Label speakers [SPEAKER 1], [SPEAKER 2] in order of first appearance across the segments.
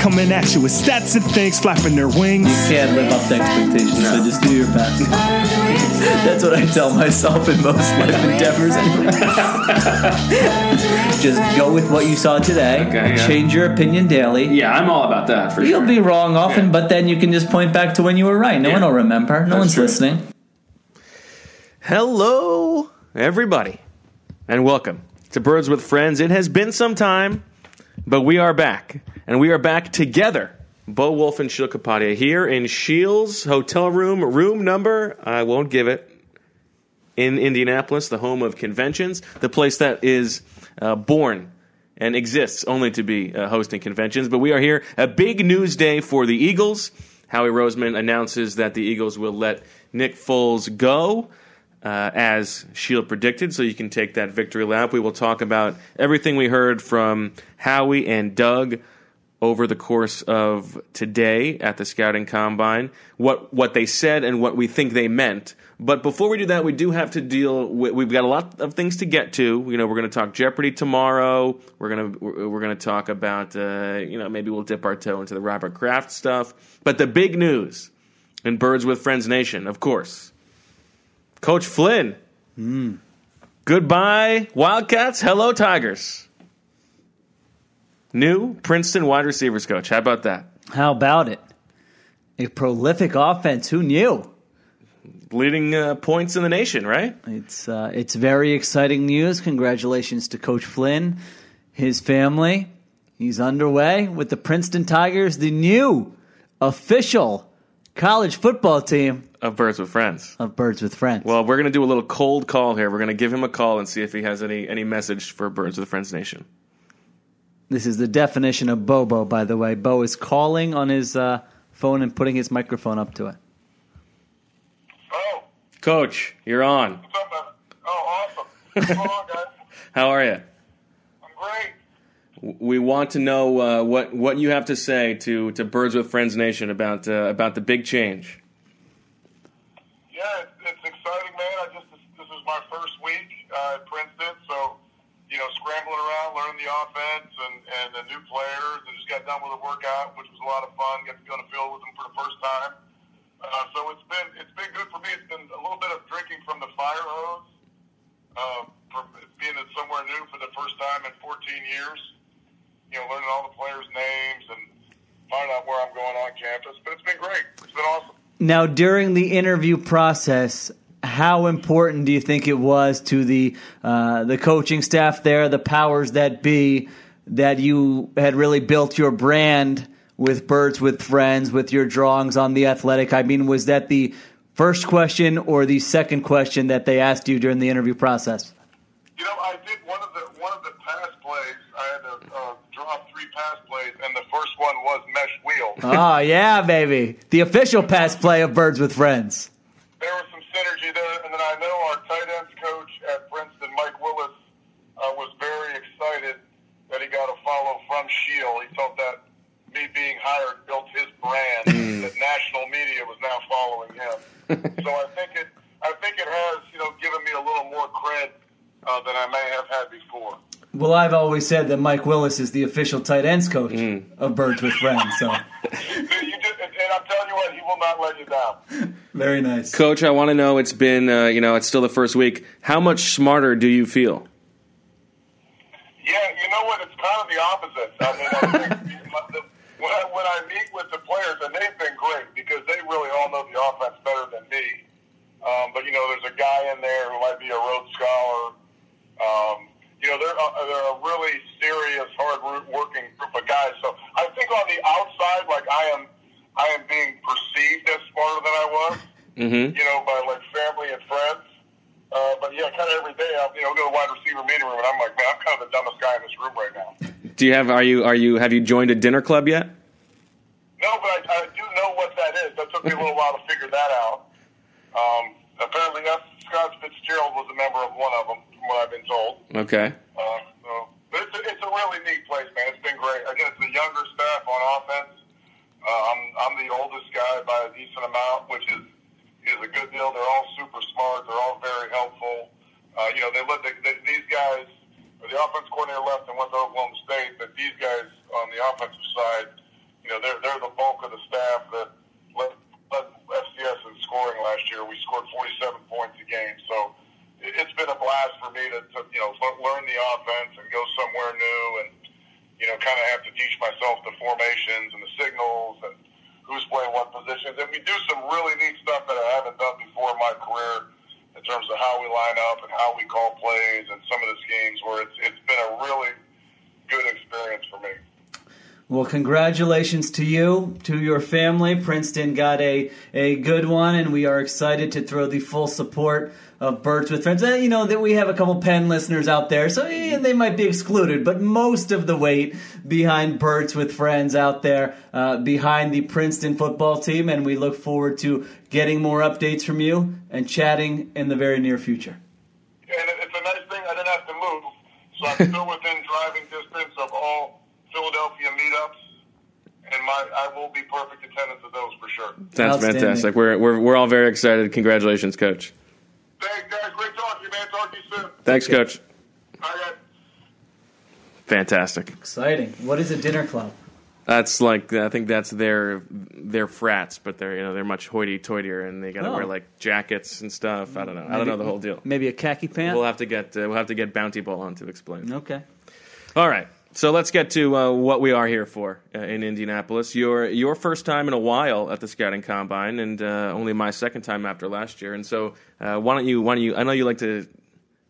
[SPEAKER 1] coming at you with stats and things flapping their wings.
[SPEAKER 2] can't live up to expectations, so just do your best.
[SPEAKER 3] Birds with friends.
[SPEAKER 2] That's what I tell myself in most life endeavors. Just go with what you saw today.
[SPEAKER 4] Okay, yeah.
[SPEAKER 2] Change your opinion daily.
[SPEAKER 4] Yeah, I'm all about that for
[SPEAKER 2] You'll
[SPEAKER 4] sure.
[SPEAKER 2] be wrong often,
[SPEAKER 4] Yeah.
[SPEAKER 2] but then you can just point back to when you were right. No
[SPEAKER 4] Yeah.
[SPEAKER 2] one will remember. No
[SPEAKER 4] That's
[SPEAKER 2] one's
[SPEAKER 4] true.
[SPEAKER 2] listening.
[SPEAKER 5] Hello, everybody, and welcome to Birds with Friends. It has been some time, but we are back, and we are back together. Bo Wolf and Sheil Kapadia here in Shields hotel room, room number I won't give it in Indianapolis, the home of conventions, the place that is uh, born and exists only to be uh, hosting conventions. But we are here, a big news day for the Eagles. Howie Roseman announces that the Eagles will let Nick Foles go. Uh, as Shield predicted, so you can take that victory lap. We will talk about everything we heard from Howie and Doug over the course of today at the scouting combine what what they said and what we think they meant but before we do that we do have to deal with we've got a lot of things to get to you know we're going to talk jeopardy tomorrow we're going to we're going to talk about uh, you know maybe we'll dip our toe into the robert kraft stuff but the big news in birds with friends nation of course coach flynn goodbye wildcats hello tigers New Princeton wide receivers coach. How about that?
[SPEAKER 2] How about it? A prolific offense. Who knew?
[SPEAKER 5] Leading uh, points in the nation, right?
[SPEAKER 2] It's uh, it's very exciting news. Congratulations to Coach Flynn, his family. He's underway with the Princeton Tigers, the new official college football team
[SPEAKER 5] Of Birds with Friends.
[SPEAKER 2] of Birds with Friends.
[SPEAKER 5] Well, we're going to do a little cold call here. We're going to give him a call and see if he has any, any message for Birds with Friends Nation.
[SPEAKER 2] this is the definition of Bobo, by the way. Bo is calling on his uh, phone and putting his microphone up to it.
[SPEAKER 6] Oh,
[SPEAKER 5] Coach, you're on.
[SPEAKER 6] what's up, man? Oh, awesome. What's going on, guys?
[SPEAKER 5] How are you?
[SPEAKER 6] I'm great.
[SPEAKER 5] We want to know uh, what, what you have to say to, to Birds with Friends Nation about, uh, about the big change.
[SPEAKER 6] Yeah, it's, it's exciting, man. I just this, this was my first week uh, at Princeton, so you know, scrambling around, learning the offense and and the new players, and just got done with a workout, which was a lot of fun. Got to go on the field with them for the first time. Uh, so it's been it's been good for me. It's been a little bit of drinking from the fire hose, uh, from being in somewhere new for the first time in 14 years. You know, learning all the players' names and finding out where I'm going on campus. But it's been great. It's been awesome.
[SPEAKER 2] Now, during the interview process, how important do you think it was to the uh, the coaching staff there, the powers that be, that you had really built your brand with Birds with Friends, with your drawings on the athletic? I mean, was that the first question or the second question that they asked you during the interview process?
[SPEAKER 6] You know, I did one of the one of the pass plays. I had to uh, draw three pass plays, and the first one was mesh wheel.
[SPEAKER 2] oh yeah, baby, the official pass play of Birds with Friends.
[SPEAKER 6] There was some synergy there, and then I know our tight ends coach at Princeton, Mike Willis, uh, was very excited that he got a follow from Shield. He felt that me being hired built his brand. that national media was now following him. so I think it, I think it has, you know, given me a little more cred uh, than I may have had before.
[SPEAKER 2] Well, I've always said that Mike Willis is the official tight ends coach of Birds with Friends, so
[SPEAKER 6] you just, and, and I'm telling you what, he will not let you down.
[SPEAKER 2] very nice.
[SPEAKER 5] Coach, I want to know it's been, uh, you know, it's still the first week. How much smarter do you feel?
[SPEAKER 6] Yeah, you know what? It's kind of the opposite. I mean, I think the- when, I, when I meet with the players, and they've been great because they really all know the offense better than me. Um, but you know, there's a guy in there who might be a Rhodes scholar. Um, you know, they're a, they're a really serious, hard working group of guys. So I think on the outside, like I am, I am being perceived as smarter than I was. you know, by like family and friends. Uh, but yeah, kind of every day, I'll, you know, go to the wide receiver meeting room, and I'm like, man, I'm kind of the dumbest guy in this room right now.
[SPEAKER 5] Do you have, are you, are you, have you joined a dinner club yet?
[SPEAKER 6] No, but I, I do know what that is. That took me a little while to figure that out. Um, apparently, that's Scott Fitzgerald was a member of one of them, from what I've been told.
[SPEAKER 5] Okay.
[SPEAKER 6] Uh, so, but it's a, it's a really neat place, man. It's been great. Again, it's the younger staff on offense. Uh, I'm I'm the oldest guy by a decent amount, which is is a good deal. They're all super smart. They're all very helpful. Uh, you know, they let the, the, these guys. The offense coordinator left and went to Oklahoma State, but these guys on the offensive side, you know, they're they're the bulk of the staff that let led FCS in scoring last year. We scored 47 points a game, so it- it's been a blast for me to, to you know le- learn the offense and go somewhere new and you know kind of have to teach myself the formations and the signals and who's playing what positions. And we do some really neat stuff that I haven't done before in my career in terms of how we line up and how we call plays and some of the schemes where it's it's been a really good experience for me.
[SPEAKER 2] Well, congratulations to you, to your family. Princeton got a, a good one, and we are excited to throw the full support of Birds with Friends. And you know that we have a couple Penn listeners out there, so eh, they might be excluded, but most of the weight behind Birds with Friends out there, uh, behind the Princeton football team, and we look forward to getting more updates from you and chatting in the very near future.
[SPEAKER 6] and it- it's a nice thing. I didn't have to move, so I'm still within driving distance of all Philadelphia meetups, and my I will be perfect attendance of those for sure.
[SPEAKER 5] That's
[SPEAKER 2] Outstanding.
[SPEAKER 5] fantastic. We're, we're, we're all very excited. Congratulations, Coach.
[SPEAKER 6] Thanks, guys. Great talking, to you, man. Talk to you soon.
[SPEAKER 5] Thanks, Coach.
[SPEAKER 6] All right.
[SPEAKER 5] Fantastic.
[SPEAKER 2] Exciting. What is a dinner club?
[SPEAKER 5] That's like I think that's their their frats, but they're you know they're much hoity-toityer and they got to
[SPEAKER 2] Oh.
[SPEAKER 5] wear like jackets and stuff. I don't know. I don't know the whole deal.
[SPEAKER 2] Maybe a khaki pant?
[SPEAKER 5] We'll have to get uh, we'll have to get Bounty Ball on to explain.
[SPEAKER 2] okay.
[SPEAKER 5] All right. So let's get to uh, what we are here for uh, in Indianapolis. Your your first time in a while at the scouting combine, and uh, only my second time after last year. And so uh, why don't you why don't you? I know you like to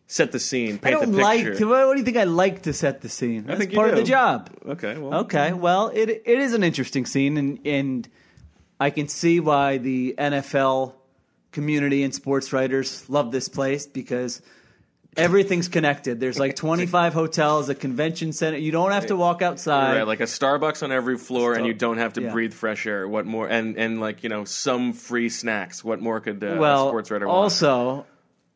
[SPEAKER 5] set the scene,
[SPEAKER 2] I
[SPEAKER 5] paint
[SPEAKER 2] don't
[SPEAKER 5] the
[SPEAKER 2] like
[SPEAKER 5] picture.
[SPEAKER 2] to. What, what do you think I like to set the scene? That's
[SPEAKER 5] think you
[SPEAKER 2] part of
[SPEAKER 5] do.
[SPEAKER 2] the
[SPEAKER 5] Mm-hmm.
[SPEAKER 2] job.
[SPEAKER 5] Okay. Well.
[SPEAKER 2] Okay. Well, it it is an interesting scene, and and I can see why the NFL community and sports writers love this place because everything's connected. There's like 25 hotels, a convention center. You don't have to walk outside.
[SPEAKER 5] Right, like a Starbucks on every floor, and you don't have to
[SPEAKER 2] yeah.
[SPEAKER 5] breathe fresh air. What more? And and like you know, some free snacks. What more could uh,
[SPEAKER 2] well,
[SPEAKER 5] a sports writer want?
[SPEAKER 2] also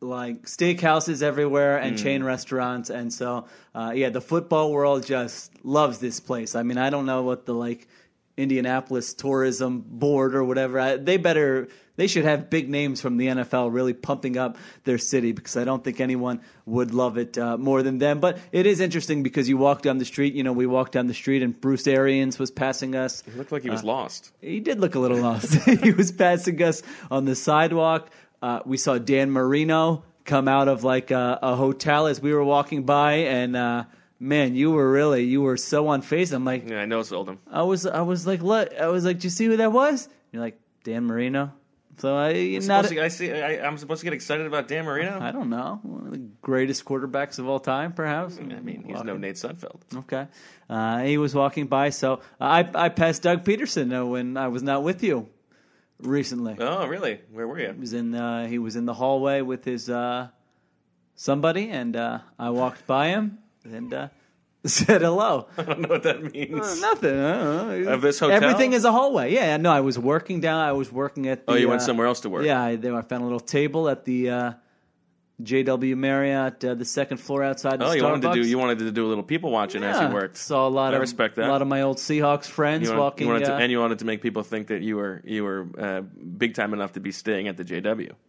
[SPEAKER 2] like steakhouses everywhere and
[SPEAKER 5] Hmm.
[SPEAKER 2] chain restaurants, and so uh, yeah, the football world just loves this place. I mean, I don't know what the like Indianapolis tourism board or whatever I, they better they should have big names from the NFL really pumping up their city because I don't think anyone would love it uh, more than them. But it is interesting because you walk down the street. You know, we walked down the street and Bruce Arians was passing us.
[SPEAKER 5] it looked like
[SPEAKER 2] uh,
[SPEAKER 5] he was lost.
[SPEAKER 2] He did look a little lost. he was passing us on the sidewalk. Uh, we saw Dan Marino come out of like a, a hotel as we were walking by, and uh, man, you were really you were so on face. I'm like,
[SPEAKER 5] Yeah, I know, Seldom.
[SPEAKER 2] I was, I was like, look, I was like, do you see who that was? you're like, Dan Marino. So I not.
[SPEAKER 5] Supposed to- I see. I, I'm supposed to get excited about Dan Marino.
[SPEAKER 2] I don't know. One of the greatest quarterbacks of all time, perhaps.
[SPEAKER 5] I mean, he's no Nate Sudfeld.
[SPEAKER 2] Okay. Uh, he was walking by, so I, I passed Doug Peterson uh, when I was not with you recently.
[SPEAKER 5] Oh, really? Where were you?
[SPEAKER 2] was in uh, he was in the hallway with his uh, somebody, and uh, I walked by him and uh, said hello.
[SPEAKER 5] I don't know what that
[SPEAKER 2] Uh,
[SPEAKER 5] means.
[SPEAKER 2] Nothing. I don't know.
[SPEAKER 5] Of this hotel?
[SPEAKER 2] everything is a hallway. Yeah, no, I was working down. I was working at. The,
[SPEAKER 5] Oh, you went
[SPEAKER 2] uh,
[SPEAKER 5] somewhere else to work.
[SPEAKER 2] Yeah, I, there, I found a little table at the uh, JW Marriott, uh, the second floor outside. The
[SPEAKER 5] Oh, you
[SPEAKER 2] Starbucks.
[SPEAKER 5] wanted to do you wanted to do a little people watching as
[SPEAKER 2] Yeah,
[SPEAKER 5] you worked.
[SPEAKER 2] Saw a lot
[SPEAKER 5] I
[SPEAKER 2] of
[SPEAKER 5] respect that.
[SPEAKER 2] A lot of my old Seahawks friends
[SPEAKER 5] You wanted- you
[SPEAKER 2] walking.
[SPEAKER 5] wanted to-
[SPEAKER 2] uh,
[SPEAKER 5] and you wanted to make people think that you were you were uh, big time enough to be staying at the JW.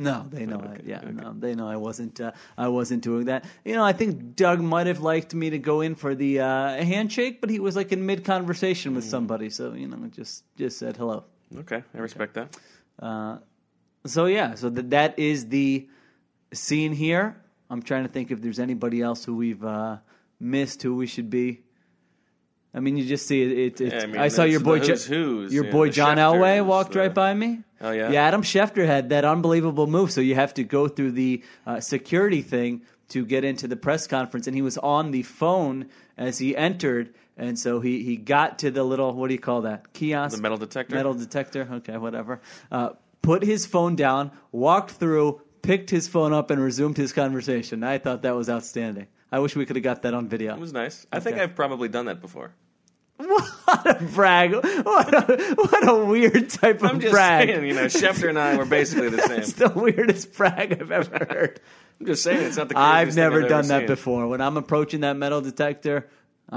[SPEAKER 2] No, they know. I,
[SPEAKER 5] okay,
[SPEAKER 2] yeah,
[SPEAKER 5] okay.
[SPEAKER 2] no, they know. I wasn't. Uh, I wasn't doing that. You know, I think Doug might have liked me to go in for the uh, handshake, but he was like in mid conversation
[SPEAKER 5] Hmm.
[SPEAKER 2] with somebody, so you know, just just said hello.
[SPEAKER 5] Okay, I respect that.
[SPEAKER 2] Uh, So yeah, so that that is the scene here. I'm trying to think if there's anybody else who we've uh, missed who we should be. I mean, you just see it. it, it
[SPEAKER 5] Yeah, I
[SPEAKER 2] I,
[SPEAKER 5] mean,
[SPEAKER 2] saw your
[SPEAKER 5] it's
[SPEAKER 2] boy,
[SPEAKER 5] the
[SPEAKER 2] Jo-
[SPEAKER 5] who's who's,
[SPEAKER 2] your
[SPEAKER 5] yeah,
[SPEAKER 2] boy
[SPEAKER 5] the
[SPEAKER 2] John
[SPEAKER 5] Schefters,
[SPEAKER 2] Elway walked
[SPEAKER 5] the-
[SPEAKER 2] right by me.
[SPEAKER 5] Oh, yeah?
[SPEAKER 2] yeah. Adam Schefter had that unbelievable move. So you have to go through the uh, security thing to get into the press conference, and he was on the phone as he entered, and so he he got to the little what do you call that kiosk?
[SPEAKER 5] The metal detector?
[SPEAKER 2] Metal detector. Okay, whatever. Uh, put his phone down, walked through, picked his phone up, and resumed his conversation. I thought that was outstanding. I wish we could have got that on video.
[SPEAKER 5] It was nice. I think
[SPEAKER 2] Okay.
[SPEAKER 5] I've probably done that before.
[SPEAKER 2] What a brag! What a, what a weird type of
[SPEAKER 5] I'm just
[SPEAKER 2] brag.
[SPEAKER 5] saying, you know, Schefter and I were basically the same.
[SPEAKER 2] That's the weirdest brag I've ever heard.
[SPEAKER 5] I'm just saying it's not the. craziest
[SPEAKER 2] I've
[SPEAKER 5] thing
[SPEAKER 2] never
[SPEAKER 5] I've
[SPEAKER 2] done that
[SPEAKER 5] seen.
[SPEAKER 2] before. When I'm approaching that metal detector,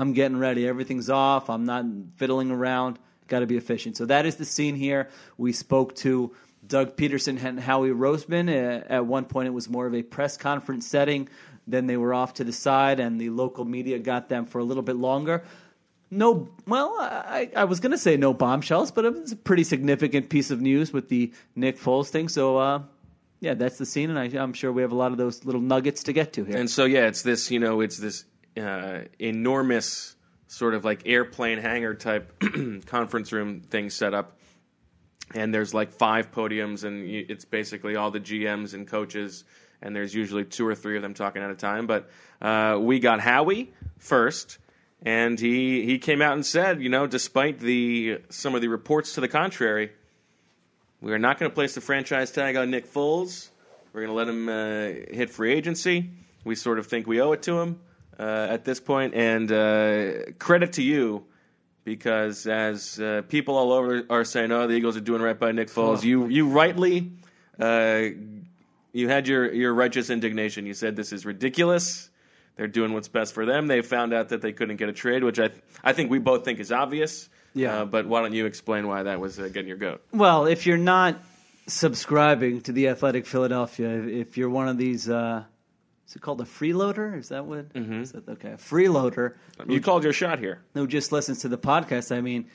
[SPEAKER 2] I'm getting ready. Everything's off. I'm not fiddling around. Got to be efficient. So that is the scene here. We spoke to Doug Peterson and Howie Roseman. Uh, At one point, it was more of a press conference setting. Then they were off to the side, and the local media got them for a little bit longer. No, well, I, I was going to say no bombshells, but it was a pretty significant piece of news with the Nick Foles thing. So, uh, yeah, that's the scene, and I, I'm sure we have a lot of those little nuggets to get to here.
[SPEAKER 5] And so yeah, it's this you know it's this uh, enormous sort of like airplane hangar type conference room thing set up, and there's like five podiums, and y- it's basically all the GMs and coaches, and there's usually two or three of them talking at a time. But uh, we got Howie first. And he, he came out and said, you know, despite the some of the reports to the contrary, we are not going to place the franchise tag on Nick Foles. We're going to let him uh, hit free agency. We sort of think we owe it to him uh, at this point. And uh, credit to you, because as uh, people all over are saying, "Oh, the Eagles are doing right by Nick Foles," you you rightly uh, you had your your righteous indignation. You said this is ridiculous. They're doing what's best for them. They found out that they couldn't get a trade, which I I think we both think is obvious.
[SPEAKER 2] Yeah.
[SPEAKER 5] Uh, but why don't you explain why that was uh, getting your goat?
[SPEAKER 2] Well, if you're not subscribing to the Athletic Philadelphia, if you're one of these, uh, is it called a freeloader? Is that what? is that okay? A freeloader
[SPEAKER 5] You called your shot here.
[SPEAKER 2] who just listens to the podcast. I mean,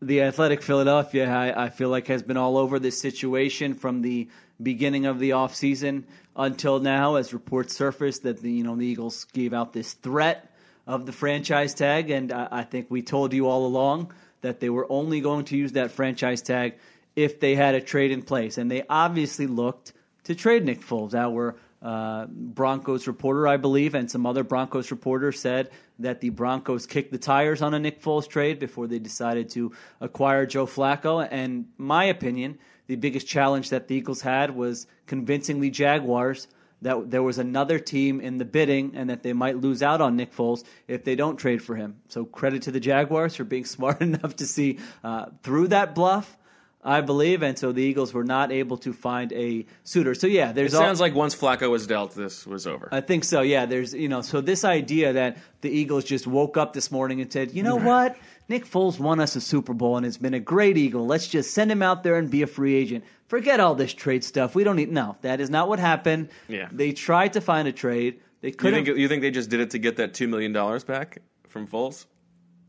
[SPEAKER 2] the Athletic Philadelphia, I, I feel like, has been all over this situation from the beginning of the offseason until now, as reports surfaced that the, you know the Eagles gave out this threat of the franchise tag, and I, I think we told you all along that they were only going to use that franchise tag if they had a trade in place, and they obviously looked to trade Nick Foles. Our uh, Broncos reporter, I believe, and some other Broncos reporters said that the Broncos kicked the tires on a Nick Foles trade before they decided to acquire Joe Flacco. And my opinion, the biggest challenge that the Eagles had was convincing the Jaguars that there was another team in the bidding and that they might lose out on Nick Foles if they don't trade for him. So credit to the Jaguars for being smart enough to see uh, through that bluff. I believe, and so the Eagles were not able to find a suitor. So yeah, there's
[SPEAKER 5] It sounds like once Flacco was dealt, this was over.
[SPEAKER 2] I think so. Yeah, there's you know, so this idea that the Eagles just woke up this morning and said, you know what, Nick Foles won us a Super Bowl and has been a great Eagle. Let's just send him out there and be a free agent. Forget all this trade stuff. We don't need. No, that is not what happened.
[SPEAKER 5] Yeah.
[SPEAKER 2] they tried to find a trade. They
[SPEAKER 5] you
[SPEAKER 2] couldn't.
[SPEAKER 5] think you think they just did it to get that two million dollars back from Foles?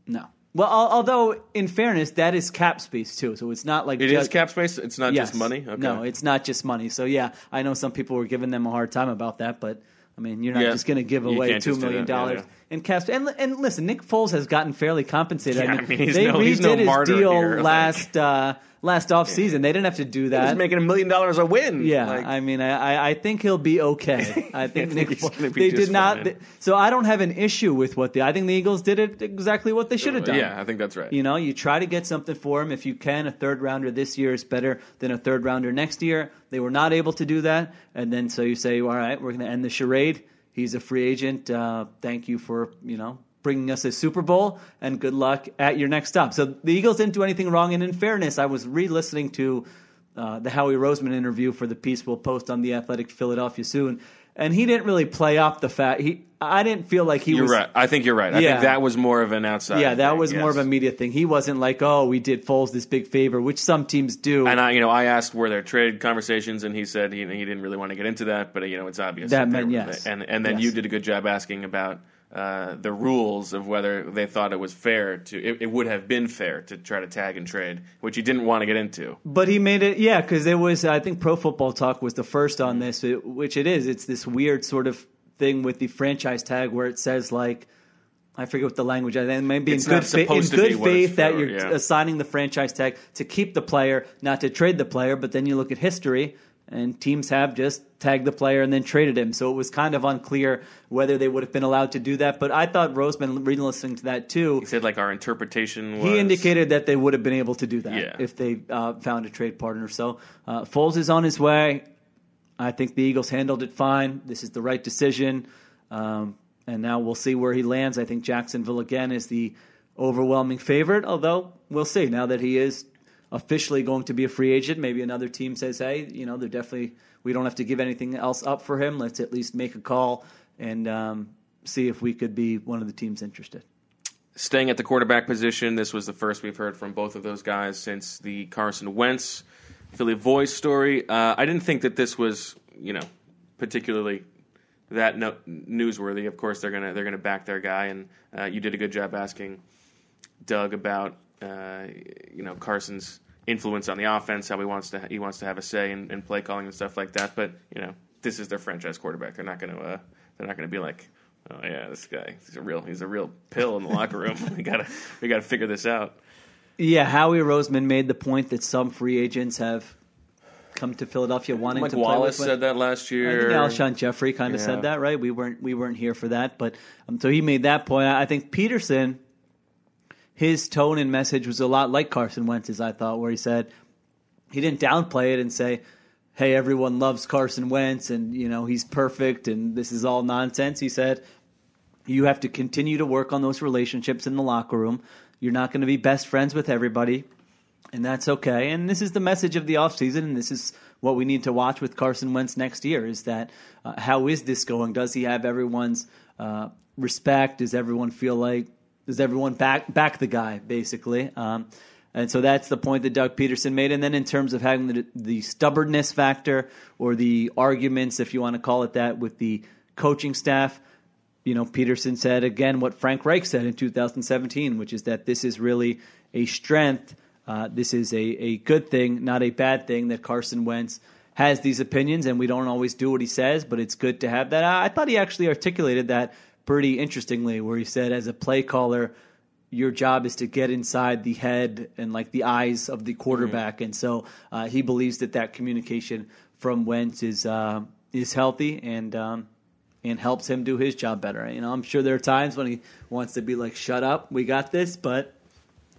[SPEAKER 2] no. Well, al- although in fairness, that is cap space too, so it's not like
[SPEAKER 5] It is
[SPEAKER 2] just,
[SPEAKER 5] cap space. It's not
[SPEAKER 2] Yes.
[SPEAKER 5] just money. Okay.
[SPEAKER 2] No, it's not just money. So yeah, I know some people were giving them a hard time about that, but I mean, you're not
[SPEAKER 5] Yeah.
[SPEAKER 2] just going to give
[SPEAKER 5] You
[SPEAKER 2] away
[SPEAKER 5] can't
[SPEAKER 2] two
[SPEAKER 5] just do
[SPEAKER 2] million
[SPEAKER 5] that. Yeah,
[SPEAKER 2] dollars in cap. And and listen, Nick Foles has gotten fairly compensated.
[SPEAKER 5] Yeah, I mean, he's
[SPEAKER 2] they
[SPEAKER 5] no-
[SPEAKER 2] redid
[SPEAKER 5] he's no
[SPEAKER 2] his
[SPEAKER 5] martyr
[SPEAKER 2] deal
[SPEAKER 5] here, like-
[SPEAKER 2] last uh, last off season. They didn't have to do
[SPEAKER 5] he's
[SPEAKER 2] that.
[SPEAKER 5] making a million dollars a win.
[SPEAKER 2] Yeah,
[SPEAKER 5] Like,
[SPEAKER 2] I mean, I, I- I think he'll be okay. I think
[SPEAKER 5] I think
[SPEAKER 2] Nick.
[SPEAKER 5] he's gonna be
[SPEAKER 2] they
[SPEAKER 5] just
[SPEAKER 2] did not.
[SPEAKER 5] fine.
[SPEAKER 2] so I don't have an issue with what the. I think the Eagles did it exactly what they should have done.
[SPEAKER 5] Uh, yeah, I think that's right.
[SPEAKER 2] You know, you try to get something for him. If you can, a third rounder this year is better than a third rounder next year. They were not able to do that. And then so you say, all right, we're going to end the charade. He's a free agent. Uh, thank you for, you know, bringing us a Super Bowl and good luck at your next stop. So the Eagles didn't do anything wrong. And in fairness, I was re listening to uh, the Howie Roseman interview for the piece we'll post on the Athletic Philadelphia soon. And he didn't really play up the fact he. I didn't feel like he
[SPEAKER 5] you're
[SPEAKER 2] was
[SPEAKER 5] right. I think you're right. I
[SPEAKER 2] Yeah.
[SPEAKER 5] think that was more of an outside.
[SPEAKER 2] yeah, that
[SPEAKER 5] thing,
[SPEAKER 2] was more
[SPEAKER 5] yes.
[SPEAKER 2] of a media thing. He wasn't like, "Oh, we did Foles this big favor," which some teams do.
[SPEAKER 5] And I, you know, I asked were there trade conversations, and he said he, he didn't really want to get into that, but you know, it's obvious.
[SPEAKER 2] That
[SPEAKER 5] there
[SPEAKER 2] meant
[SPEAKER 5] were-
[SPEAKER 2] yes.
[SPEAKER 5] And and then
[SPEAKER 2] Yes.
[SPEAKER 5] you did a good job asking about uh, the rules of whether they thought it was fair to, it, it would have been fair to try to tag and trade, which you didn't want to get into.
[SPEAKER 2] but he made it, yeah, because it was. I think Pro Football Talk was the first on this, it- which it is. It's this weird sort of thing with the franchise tag where it says like, I forget what the language. I think maybe in
[SPEAKER 5] It's not
[SPEAKER 2] good, fa- in
[SPEAKER 5] supposed to be
[SPEAKER 2] good
[SPEAKER 5] what it's
[SPEAKER 2] faith that
[SPEAKER 5] for,
[SPEAKER 2] you're
[SPEAKER 5] yeah.
[SPEAKER 2] assigning the franchise tag to keep the player, not to trade the player. But then you look at history, and teams have just tagged the player and then traded him. So it was kind of unclear whether they would have been allowed to do that. But I thought Roseman, reading listening to that too,
[SPEAKER 5] He said like our interpretation was
[SPEAKER 2] he indicated that they would have been able to do that
[SPEAKER 5] Yeah.
[SPEAKER 2] if they uh, found a trade partner. So uh, Foles is on his way. I think the Eagles handled it fine. This is the right decision. Um, and now we'll see where he lands. I think Jacksonville again is the overwhelming favorite. Although we'll see now that he is officially going to be a free agent. Maybe another team says, "Hey, you know, they're definitely we don't have to give anything else up for him. Let's at least make a call and um, see if we could be one of the teams interested."
[SPEAKER 5] Staying at the quarterback position, this was the first we've heard from both of those guys since the Carson Wentz Philly voice story. Uh, I didn't think that this was, you know, particularly that no- newsworthy. Of course, they're gonna they're gonna back their guy, and uh, you did a good job asking Doug about uh, you know Carson's influence on the offense, how he wants to he wants to have a say in, in play calling and stuff like that. But you know, this is their franchise quarterback. They're not going to uh, they're not going to be like, oh yeah, this guy he's a real he's a real pill in the locker room. we gotta we gotta figure this out.
[SPEAKER 2] Yeah, Howie Roseman made the point that some free agents have come to Philadelphia wanting
[SPEAKER 5] Mike
[SPEAKER 2] to
[SPEAKER 5] Wallace
[SPEAKER 2] play with
[SPEAKER 5] said that last
[SPEAKER 2] I
[SPEAKER 5] year.
[SPEAKER 2] think Alshon Jeffrey kind of
[SPEAKER 5] Yeah.
[SPEAKER 2] said that, right? We weren't we weren't here for that, but um, so he made that point. I I think Peterson, his tone and message was a lot like Carson Wentz's. I thought, where he said he didn't downplay it and say, "Hey, everyone loves Carson Wentz, and you know he's perfect, and this is all nonsense." He said, "You have to continue to work on those relationships in the locker room. You're not going to be best friends with everybody." and that's okay. And this is the message of the offseason, and this is what we need to watch with Carson Wentz next year is that uh, how is this going? Does he have everyone's uh, respect? Does everyone feel like, does everyone back, back the guy, basically? Um, and so that's the point that Doug Peterson made. And then in terms of having the, the stubbornness factor or the arguments, if you want to call it that, with the coaching staff, you know, Peterson said again what Frank Reich said in 2017, which is that this is really a strength. Uh, this is a, a good thing, not a bad thing, that Carson Wentz has these opinions, and we don't always do what he says, but it's good to have that. I, I thought he actually articulated that pretty interestingly, where he said, as a play caller, your job is to get inside the head and like the eyes of the quarterback, and so uh, he believes that that communication from Wentz is uh, is healthy and um, and helps him do his job better. You know, I'm sure there are times when he wants to be like, "Shut up, we got this," but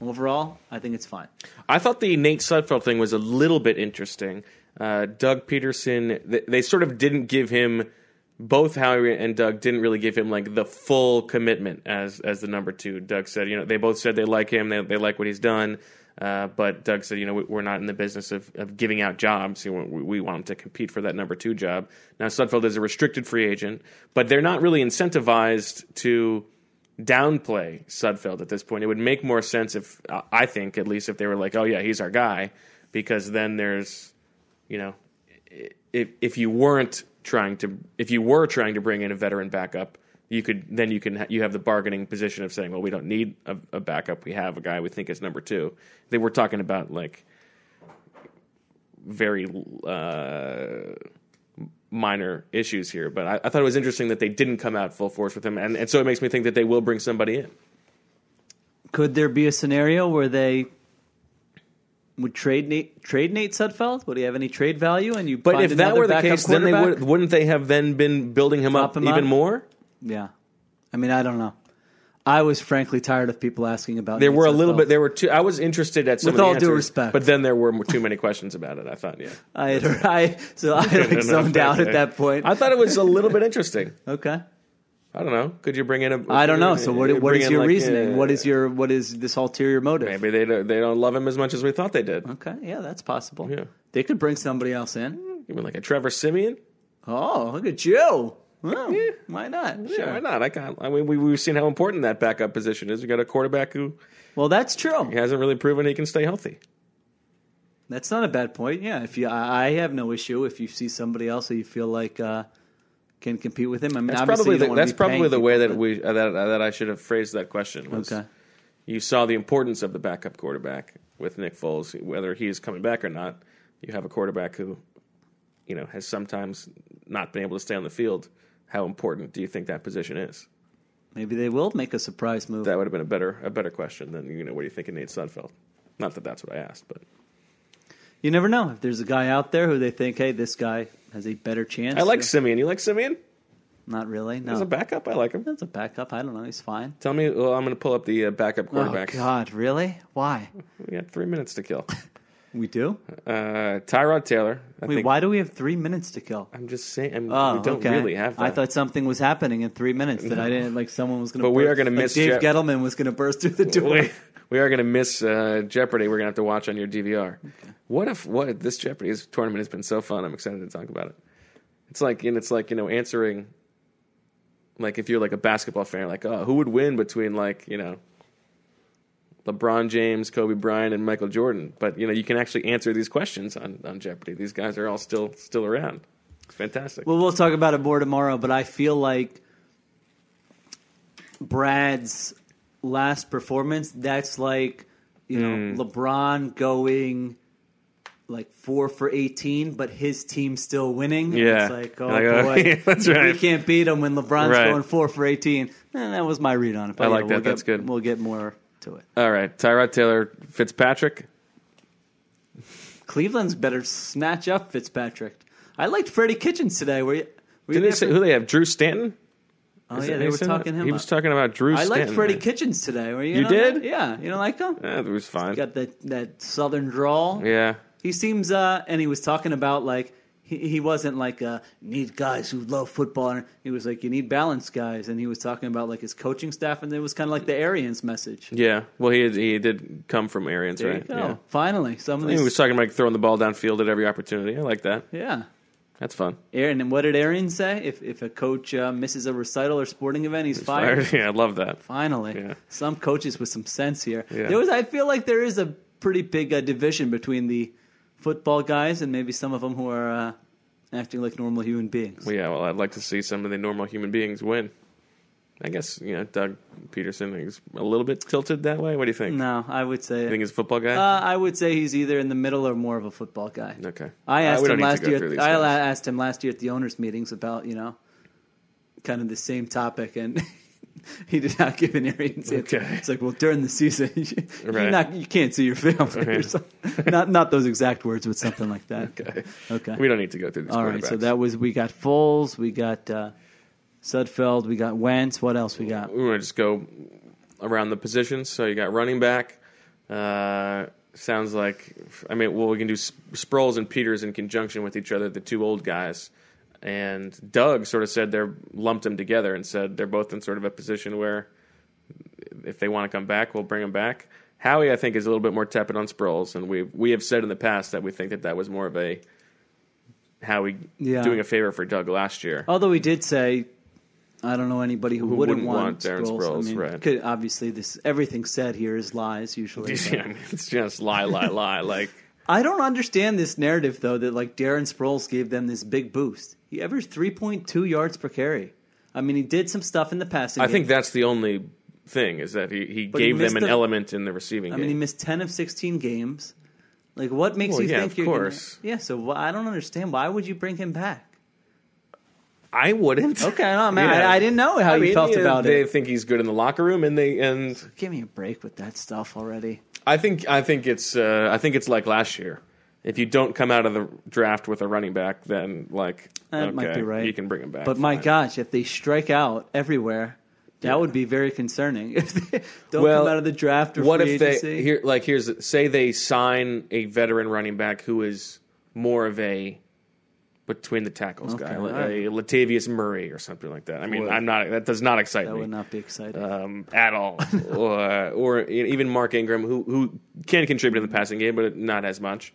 [SPEAKER 2] overall, I think it's fine.
[SPEAKER 5] I thought the Nate Sudfeld thing was a little bit interesting. Uh, Doug Peterson, th- they sort of didn't give him both Howie and Doug didn't really give him like the full commitment as as the number two. Doug said, you know, they both said they like him, they they like what he's done, uh, but Doug said, you know, we, we're not in the business of, of giving out jobs. You know, we, we want him to compete for that number two job. Now Sudfeld is a restricted free agent, but they're not really incentivized to downplay Sudfeld at this point. It would make more sense if uh, I think at least if they were like, "Oh yeah, he's our guy," because then there's, you know, i- if if you weren't trying to if you were trying to bring in a veteran backup, you could then you can ha- you have the bargaining position of saying, "Well, we don't need a, a backup. We have a guy we think is number 2." They were talking about like very uh minor issues here but I, I thought it was interesting that they didn't come out full force with him and, and so it makes me think that they will bring somebody in
[SPEAKER 2] Could there be a scenario where they would trade Nate, trade Nate Sudfeld? Would he have any trade value? And you,
[SPEAKER 5] But
[SPEAKER 2] find
[SPEAKER 5] if that
[SPEAKER 2] another
[SPEAKER 5] were the
[SPEAKER 2] backup
[SPEAKER 5] case, then they
[SPEAKER 2] quarterback?
[SPEAKER 5] would, wouldn't they have then been building him
[SPEAKER 2] Drop
[SPEAKER 5] up
[SPEAKER 2] him
[SPEAKER 5] even
[SPEAKER 2] up?
[SPEAKER 5] more?
[SPEAKER 2] Yeah. I mean, I don't know. I was frankly tired of people asking about.
[SPEAKER 5] There
[SPEAKER 2] Nate
[SPEAKER 5] were a little
[SPEAKER 2] Sudfeld.
[SPEAKER 5] bit. There were two. I was interested at some
[SPEAKER 2] With
[SPEAKER 5] of the
[SPEAKER 2] all due
[SPEAKER 5] answers,
[SPEAKER 2] respect.
[SPEAKER 5] but then there were more- too many questions about it. I thought, yeah,
[SPEAKER 2] I had, I, so I had like
[SPEAKER 5] Couldn't have
[SPEAKER 2] zoned out
[SPEAKER 5] that.
[SPEAKER 2] at that point.
[SPEAKER 5] I thought it was a little bit interesting.
[SPEAKER 2] okay.
[SPEAKER 5] I don't know. Could you bring in a?
[SPEAKER 2] I don't know. So
[SPEAKER 5] uh,
[SPEAKER 2] what? What
[SPEAKER 5] bring
[SPEAKER 2] is
[SPEAKER 5] in,
[SPEAKER 2] your
[SPEAKER 5] like,
[SPEAKER 2] reasoning?
[SPEAKER 5] uh,
[SPEAKER 2] What is your? What is this ulterior motive?
[SPEAKER 5] Maybe they don't, they don't love him as much as we thought they did.
[SPEAKER 2] Okay. Yeah, that's possible.
[SPEAKER 5] Yeah.
[SPEAKER 2] They could bring somebody else in.
[SPEAKER 5] Even like a Trevor Simeon.
[SPEAKER 2] Oh, look at you. Well, Why not? Sure.
[SPEAKER 5] Yeah, why not? I can I mean, we, we've seen how important that backup position is. We got a quarterback who
[SPEAKER 2] Well, that's true.
[SPEAKER 5] hasn't really proven he can stay healthy.
[SPEAKER 2] That's not a bad point. Yeah. If you, I, I have no issue if you see somebody else who you feel like uh, can compete with him. I mean,
[SPEAKER 5] That's
[SPEAKER 2] obviously
[SPEAKER 5] probably
[SPEAKER 2] you don't
[SPEAKER 5] the,
[SPEAKER 2] wanna
[SPEAKER 5] that's
[SPEAKER 2] be paying
[SPEAKER 5] probably the way
[SPEAKER 2] people,
[SPEAKER 5] that
[SPEAKER 2] but-
[SPEAKER 5] we uh, that uh, that I should have phrased that question. Was,
[SPEAKER 2] Okay.
[SPEAKER 5] you saw the importance of the backup quarterback with Nick Foles, whether he is coming back or not. You have a quarterback who, you know, has sometimes not been able to stay on the field. How important do you think that position is?
[SPEAKER 2] Maybe they will make a surprise move.
[SPEAKER 5] That would have been a better a better question than you know what do you think of Nate Sudfeld? Not that that's what I asked, but
[SPEAKER 2] You never know if there's a guy out there who they think, hey, this guy has a better chance.
[SPEAKER 5] I like
[SPEAKER 2] to-
[SPEAKER 5] Simeon. You like Simeon
[SPEAKER 2] Not really. No,
[SPEAKER 5] as a backup? I like him.
[SPEAKER 2] that's a backup. I don't know. He's fine.
[SPEAKER 5] Tell me, well, I'm going to pull up the uh, backup
[SPEAKER 2] Oh
[SPEAKER 5] quarterbacks.
[SPEAKER 2] God, really? Why?
[SPEAKER 5] We got three minutes to kill.
[SPEAKER 2] We do.
[SPEAKER 5] Uh, Tyrod Taylor. I
[SPEAKER 2] Wait,
[SPEAKER 5] think,
[SPEAKER 2] why do we have three minutes to kill?
[SPEAKER 5] I'm just saying. I mean,
[SPEAKER 2] Oh,
[SPEAKER 5] we don't
[SPEAKER 2] okay.
[SPEAKER 5] really have that.
[SPEAKER 2] I thought something was happening in three minutes that I didn't like. Someone was going to.
[SPEAKER 5] But we are gonna
[SPEAKER 2] like
[SPEAKER 5] miss
[SPEAKER 2] Dave
[SPEAKER 5] Jeff-
[SPEAKER 2] Gettleman was going to burst through the door.
[SPEAKER 5] we, we are going to miss uh, Jeopardy. We're going to have to watch on your DVR. What if what if this Jeopardy this tournament has been so fun? I'm excited to talk about it. It's like and it's like you know answering like if you're like a basketball fan, like oh who would win between like you know LeBron James, Kobe Bryant, and Michael Jordan. But you know you can actually answer these questions on on Jeopardy. These guys are all still still around. It's fantastic.
[SPEAKER 2] Well, we'll talk about it more tomorrow. But I feel like Brad's last performance. That's like you
[SPEAKER 5] Hmm.
[SPEAKER 2] know LeBron going like four for eighteen, but his team still winning. And
[SPEAKER 5] Yeah.
[SPEAKER 2] it's like oh
[SPEAKER 5] Like, oh,
[SPEAKER 2] boy,
[SPEAKER 5] yeah, that's right.
[SPEAKER 2] we can't beat him when LeBron's
[SPEAKER 5] Right.
[SPEAKER 2] going four for eighteen. And that was my read on it. But
[SPEAKER 5] I
[SPEAKER 2] yeah,
[SPEAKER 5] like that.
[SPEAKER 2] We'll
[SPEAKER 5] That's
[SPEAKER 2] get,
[SPEAKER 5] good.
[SPEAKER 2] We'll get more to it.
[SPEAKER 5] all right, Tyrod Taylor, Fitzpatrick.
[SPEAKER 2] Cleveland's better snatch up Fitzpatrick. I liked Freddie Kitchens today. Were you? Were you
[SPEAKER 5] Did they
[SPEAKER 2] there
[SPEAKER 5] say
[SPEAKER 2] for-
[SPEAKER 5] who they have? Drew Stanton.
[SPEAKER 2] oh
[SPEAKER 5] Is
[SPEAKER 2] yeah,
[SPEAKER 5] that-
[SPEAKER 2] they
[SPEAKER 5] he
[SPEAKER 2] were
[SPEAKER 5] said that?
[SPEAKER 2] talking him.
[SPEAKER 5] He
[SPEAKER 2] up.
[SPEAKER 5] was talking about Drew.
[SPEAKER 2] I liked
[SPEAKER 5] Stanton.
[SPEAKER 2] Freddie Kitchens today. Were you?
[SPEAKER 5] You
[SPEAKER 2] in on that?
[SPEAKER 5] did?
[SPEAKER 2] Yeah. You don't like him?
[SPEAKER 5] Eh, it was fine.
[SPEAKER 2] Got that that southern drawl.
[SPEAKER 5] yeah,
[SPEAKER 2] He seems. uh And he was talking about like he, he wasn't like uh need guys who love football. And he was like you need balanced guys. And he was talking about like his coaching staff. And it was kind of like the Arians message.
[SPEAKER 5] yeah. Well, he he did come from Arians,
[SPEAKER 2] There
[SPEAKER 5] right?
[SPEAKER 2] you go.
[SPEAKER 5] Yeah.
[SPEAKER 2] Finally, some of
[SPEAKER 5] He
[SPEAKER 2] these.
[SPEAKER 5] was talking about like, throwing the ball downfield at every opportunity. I like that.
[SPEAKER 2] yeah.
[SPEAKER 5] That's fun.
[SPEAKER 2] Aaron, and what did Aaron say? If if a coach uh, misses a recital or sporting event, he's fired.
[SPEAKER 5] yeah, I love that.
[SPEAKER 2] Finally,
[SPEAKER 5] Yeah.
[SPEAKER 2] some coaches with some sense here.
[SPEAKER 5] Yeah.
[SPEAKER 2] There was, I feel like there is a pretty big uh, division between the football guys and maybe some of them who are uh, acting like normal human beings.
[SPEAKER 5] Well, yeah. Well, I'd like to see some of the normal human beings win. I guess you know Doug Peterson is a little bit tilted that way. What do you think?
[SPEAKER 2] No, I would say.
[SPEAKER 5] You think he's a football guy?
[SPEAKER 2] uh, I would say he's either in the middle or more of a football guy.
[SPEAKER 5] okay.
[SPEAKER 2] I
[SPEAKER 5] Uh,
[SPEAKER 2] asked
[SPEAKER 5] we don't
[SPEAKER 2] him
[SPEAKER 5] need to
[SPEAKER 2] last
[SPEAKER 5] go through
[SPEAKER 2] year.
[SPEAKER 5] these
[SPEAKER 2] I
[SPEAKER 5] guys.
[SPEAKER 2] asked him last year at the owners' meetings about you know, kind of the same topic, and he did not give an Arians answer.
[SPEAKER 5] Okay.
[SPEAKER 2] It's like, well, during the season, you,
[SPEAKER 5] Right.
[SPEAKER 2] you're not, you can't see your family. or
[SPEAKER 5] Right.
[SPEAKER 2] something. not not those exact words, but something like that.
[SPEAKER 5] Okay.
[SPEAKER 2] Okay.
[SPEAKER 5] We don't need to go through these.
[SPEAKER 2] All right. So
[SPEAKER 5] quarterbacks.
[SPEAKER 2] that was we got Foles, we got uh, Sudfeld, we got Wentz. What else we got?
[SPEAKER 5] we want to just go around the positions. So you got running back. Uh, sounds like I mean, well, we can do S- Sproles and Peters in conjunction with each other, the two old guys. And Doug sort of said they're lumped them together and said they're both in sort of a position where if they want to come back, we'll bring them back. Howie, I think, is a little bit more tepid on Sproles, and we we have said in the past that we think that that was more of a Howie
[SPEAKER 2] Yeah.
[SPEAKER 5] doing a favor for Doug last year.
[SPEAKER 2] Although he did say, I don't know anybody who, wouldn't,
[SPEAKER 5] wouldn't want Darren Sproles,
[SPEAKER 2] I mean,
[SPEAKER 5] right.
[SPEAKER 2] Could, obviously, this everything said here is lies usually. but-
[SPEAKER 5] Yeah, I mean, it's just lie, lie, lie. Like
[SPEAKER 2] I don't understand this narrative though that like Darren Sproles gave them this big boost. He averaged three point two yards per carry. I mean, he did some stuff in the passing.
[SPEAKER 5] I
[SPEAKER 2] game.
[SPEAKER 5] think that's the only thing is that he, he
[SPEAKER 2] he
[SPEAKER 5] gave them
[SPEAKER 2] missed
[SPEAKER 5] an
[SPEAKER 2] the-
[SPEAKER 5] element in the receiving
[SPEAKER 2] I
[SPEAKER 5] game.
[SPEAKER 2] mean, he missed ten of sixteen games. Like, what makes
[SPEAKER 5] Well,
[SPEAKER 2] you
[SPEAKER 5] yeah,
[SPEAKER 2] think
[SPEAKER 5] of
[SPEAKER 2] you're? gonna-
[SPEAKER 5] course.
[SPEAKER 2] yeah. So wh- I don't understand. Why would you bring him back?
[SPEAKER 5] I wouldn't.
[SPEAKER 2] Okay, no, man, I, I didn't know how
[SPEAKER 5] I
[SPEAKER 2] you
[SPEAKER 5] mean,
[SPEAKER 2] felt
[SPEAKER 5] yeah,
[SPEAKER 2] about
[SPEAKER 5] they
[SPEAKER 2] it.
[SPEAKER 5] think he's good in the locker room, and they and
[SPEAKER 2] Give me a break with that stuff already.
[SPEAKER 5] I think I think it's uh, I think it's like last year. If you don't come out of the draft with a running back, then like
[SPEAKER 2] That
[SPEAKER 5] okay,
[SPEAKER 2] might be right.
[SPEAKER 5] You can bring him back.
[SPEAKER 2] But my
[SPEAKER 5] fine.
[SPEAKER 2] gosh, if they strike out everywhere, that would be very concerning. If they don't
[SPEAKER 5] Well,
[SPEAKER 2] come out of the draft or
[SPEAKER 5] what
[SPEAKER 2] free
[SPEAKER 5] if they
[SPEAKER 2] agency.
[SPEAKER 5] here like here's say they sign a veteran running back who is more of a between the tackles
[SPEAKER 2] Okay,
[SPEAKER 5] guy,
[SPEAKER 2] all
[SPEAKER 5] a Latavius Murray or something like that. I mean,
[SPEAKER 2] Boy.
[SPEAKER 5] I'm not that does not excite
[SPEAKER 2] that
[SPEAKER 5] me
[SPEAKER 2] would not be exciting.
[SPEAKER 5] um, at all, or, or even Mark Ingram, who who can contribute in the passing game, but not as much.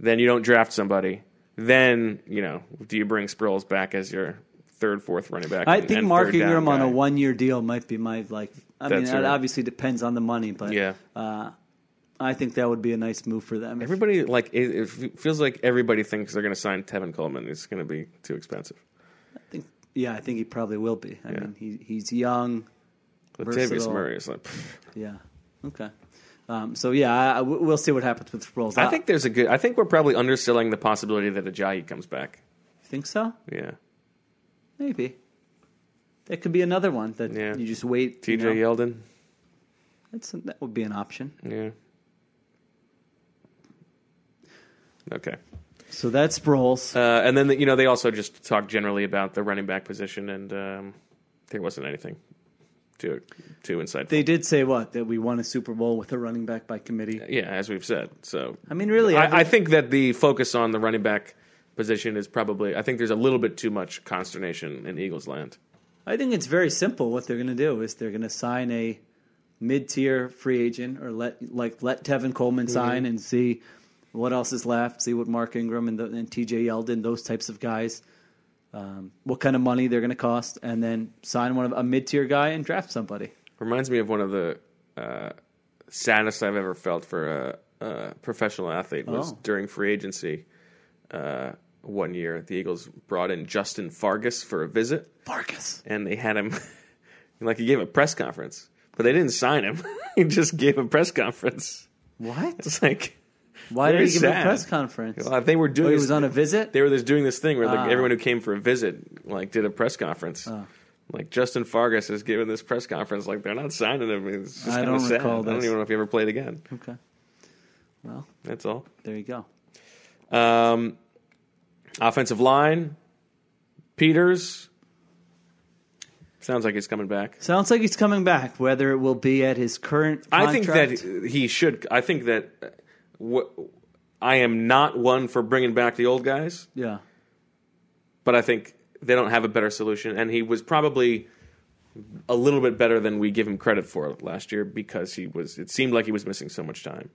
[SPEAKER 5] Then you don't draft somebody. Then you know, do you bring Sproles back as your third, fourth running back?
[SPEAKER 2] I
[SPEAKER 5] and-
[SPEAKER 2] think
[SPEAKER 5] and
[SPEAKER 2] Mark
[SPEAKER 5] third down
[SPEAKER 2] Ingram on a
[SPEAKER 5] guy?
[SPEAKER 2] one-year deal might be my like. I mean,
[SPEAKER 5] That's
[SPEAKER 2] that
[SPEAKER 5] right.
[SPEAKER 2] obviously depends on the money, but
[SPEAKER 5] Yeah,
[SPEAKER 2] I think that would be a nice move for them.
[SPEAKER 5] everybody like it, it f- feels like everybody thinks they're going to sign Tevin Coleman. It's going to be too expensive.
[SPEAKER 2] I think, yeah, I think he probably will be. I
[SPEAKER 5] Yeah.
[SPEAKER 2] mean, he, he's young.
[SPEAKER 5] Latavius
[SPEAKER 2] Versatile.
[SPEAKER 5] Murray is like. pff.
[SPEAKER 2] Yeah. Okay. Um, so yeah, I, I- we'll see what happens with Sproles.
[SPEAKER 5] I think there's a good. I think we're probably underselling the possibility that Ajayi comes back.
[SPEAKER 2] think so.
[SPEAKER 5] Yeah,
[SPEAKER 2] Maybe that could be another one that
[SPEAKER 5] Yeah.
[SPEAKER 2] you just wait. you
[SPEAKER 5] T.J.
[SPEAKER 2] know.
[SPEAKER 5] Yeldon.
[SPEAKER 2] That's that would be an option.
[SPEAKER 5] Yeah. Okay.
[SPEAKER 2] So that's Sproles.
[SPEAKER 5] Uh, and then, you know, they also just talked generally about the running back position, and um, there wasn't anything too too insightful.
[SPEAKER 2] They did say what that we won a Super Bowl with a running back by committee.
[SPEAKER 5] yeah, as we've said. So
[SPEAKER 2] I mean, really,
[SPEAKER 5] I, I
[SPEAKER 2] every-
[SPEAKER 5] think that the focus on the running back position is probably. I think there's a little bit too much consternation in Eagles land.
[SPEAKER 2] I think it's very simple. What they're going to do is they're going to sign a mid-tier free agent, or let like let Tevin Coleman
[SPEAKER 5] Mm-hmm.
[SPEAKER 2] sign and see what else is left. See what Mark Ingram and, the, and T.J. Yeldon, those types of guys, um, what kind of money they're going to cost, and then sign one of a mid-tier guy and draft somebody.
[SPEAKER 5] Reminds me of one of the uh, saddest I've ever felt for a, a professional athlete was
[SPEAKER 2] Oh.
[SPEAKER 5] during free agency. Uh, one year, the Eagles brought in Justin Fargas for a visit,
[SPEAKER 2] Vargas.
[SPEAKER 5] and they had him like he gave a press conference, but they didn't sign him. he just gave a press conference.
[SPEAKER 2] What?
[SPEAKER 5] It's like
[SPEAKER 2] Why did
[SPEAKER 5] Very
[SPEAKER 2] he give a
[SPEAKER 5] sad.
[SPEAKER 2] press conference?
[SPEAKER 5] well, they were doing.
[SPEAKER 2] Oh, he
[SPEAKER 5] this-
[SPEAKER 2] was on a visit.
[SPEAKER 5] they were just doing this thing where like,
[SPEAKER 2] Ah.
[SPEAKER 5] everyone who came for a visit like did a press conference. Like Justin Fargas is giving this press conference, like they're not signing him. It's just
[SPEAKER 2] I
[SPEAKER 5] kinda
[SPEAKER 2] don't
[SPEAKER 5] sad.
[SPEAKER 2] recall
[SPEAKER 5] I don't
[SPEAKER 2] this.
[SPEAKER 5] even know if he ever played again.
[SPEAKER 2] Okay. Well,
[SPEAKER 5] That's all.
[SPEAKER 2] there you go.
[SPEAKER 5] Um, offensive line, Peters. Sounds like he's coming back.
[SPEAKER 2] Sounds like he's coming back. Whether it will be at his current,
[SPEAKER 5] I think
[SPEAKER 2] contract-
[SPEAKER 5] that he should. I think that uh, wh- I am not one for bringing back the old guys.
[SPEAKER 2] yeah.
[SPEAKER 5] but I think they don't have a better solution. And he was probably a little bit better than we give him credit for last year because he was. It seemed like he was missing so much time.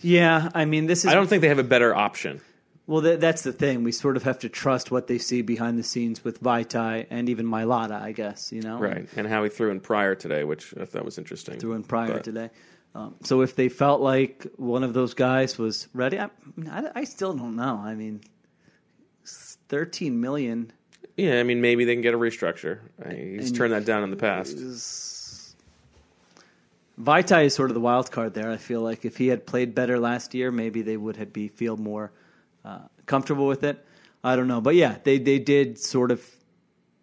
[SPEAKER 2] Yeah, I mean, this is
[SPEAKER 5] I don't think they have a better option.
[SPEAKER 2] well. Th- that's the thing. We sort of have to trust what they see behind the scenes with Vitae and even Milata, I guess. You know,
[SPEAKER 5] And how he threw in prior today, which I thought was interesting.
[SPEAKER 2] Through and prior
[SPEAKER 5] But-
[SPEAKER 2] today. Um, so if they felt like one of those guys was ready, I, I, I still don't know. I mean, s- thirteen million
[SPEAKER 5] Yeah, I mean, maybe they can get a restructure. Uh, He's turned that down in the past.
[SPEAKER 2] is. Vitae is sort of the wild card there. I feel like if he had played better last year, maybe they would have be feel more uh, comfortable with it. I don't know, but yeah, they they did sort of.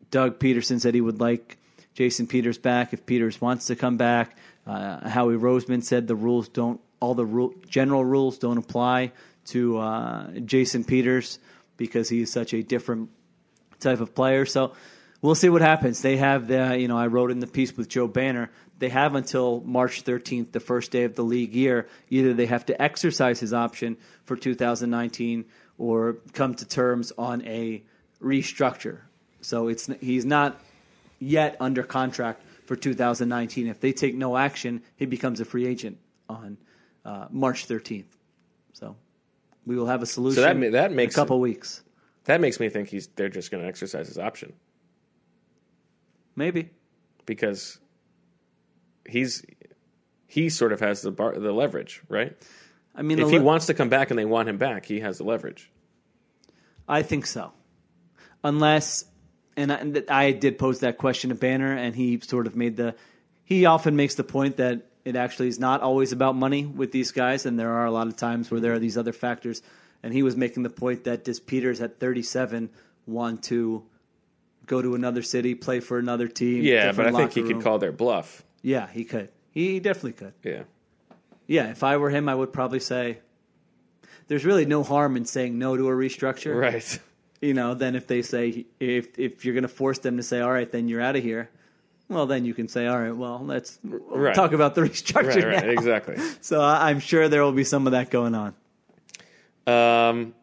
[SPEAKER 2] Doug Peterson said he would like Jason Peters back if Peters wants to come back. Uh, Howie Roseman said the rules don't all the rule, general rules don't apply to uh, Jason Peters because he is such a different type of player. So we'll see what happens. They have the, you know, I wrote in the piece with Joe Banner, they have until March 13th, the first day of the league year. Either they have to exercise his option for 2019 or come to terms on a restructure. So it's he's not yet under contract for 2019. If they take no action, he becomes a free agent on uh, March 13th. So we will have a solution.
[SPEAKER 5] ma- that makes-
[SPEAKER 2] in a couple weeks,
[SPEAKER 5] That makes me think he's they're just going to exercise his option
[SPEAKER 2] maybe.
[SPEAKER 5] because he's he sort of has the bar, the leverage, right?
[SPEAKER 2] I mean,
[SPEAKER 5] If
[SPEAKER 2] the
[SPEAKER 5] he
[SPEAKER 2] li-
[SPEAKER 5] wants to come back and they want him back, he has the leverage.
[SPEAKER 2] I think so. Unless, and I, and I did pose that question to Banner, and he sort of made the, he often makes the point that it actually is not always about money with these guys, and there are a lot of times where there are these other factors. And he was making the point that does Peters at 37 want to go to another city, play for another team?
[SPEAKER 5] Yeah, but I
[SPEAKER 2] different
[SPEAKER 5] think he
[SPEAKER 2] locker
[SPEAKER 5] could
[SPEAKER 2] room?
[SPEAKER 5] call their bluff.
[SPEAKER 2] Yeah, he could. He definitely could.
[SPEAKER 5] Yeah.
[SPEAKER 2] Yeah, if I were him, I would probably say, there's really no harm in saying no to a restructure.
[SPEAKER 5] Right.
[SPEAKER 2] you know, then if they say if if you're going to force them to say, all right, then you're out of here. Well, then you can say, all right, well, let's
[SPEAKER 5] Right.
[SPEAKER 2] talk about the restructure
[SPEAKER 5] Right, right,
[SPEAKER 2] now.
[SPEAKER 5] exactly.
[SPEAKER 2] So I- I'm sure there will be some of that going on.
[SPEAKER 5] Um,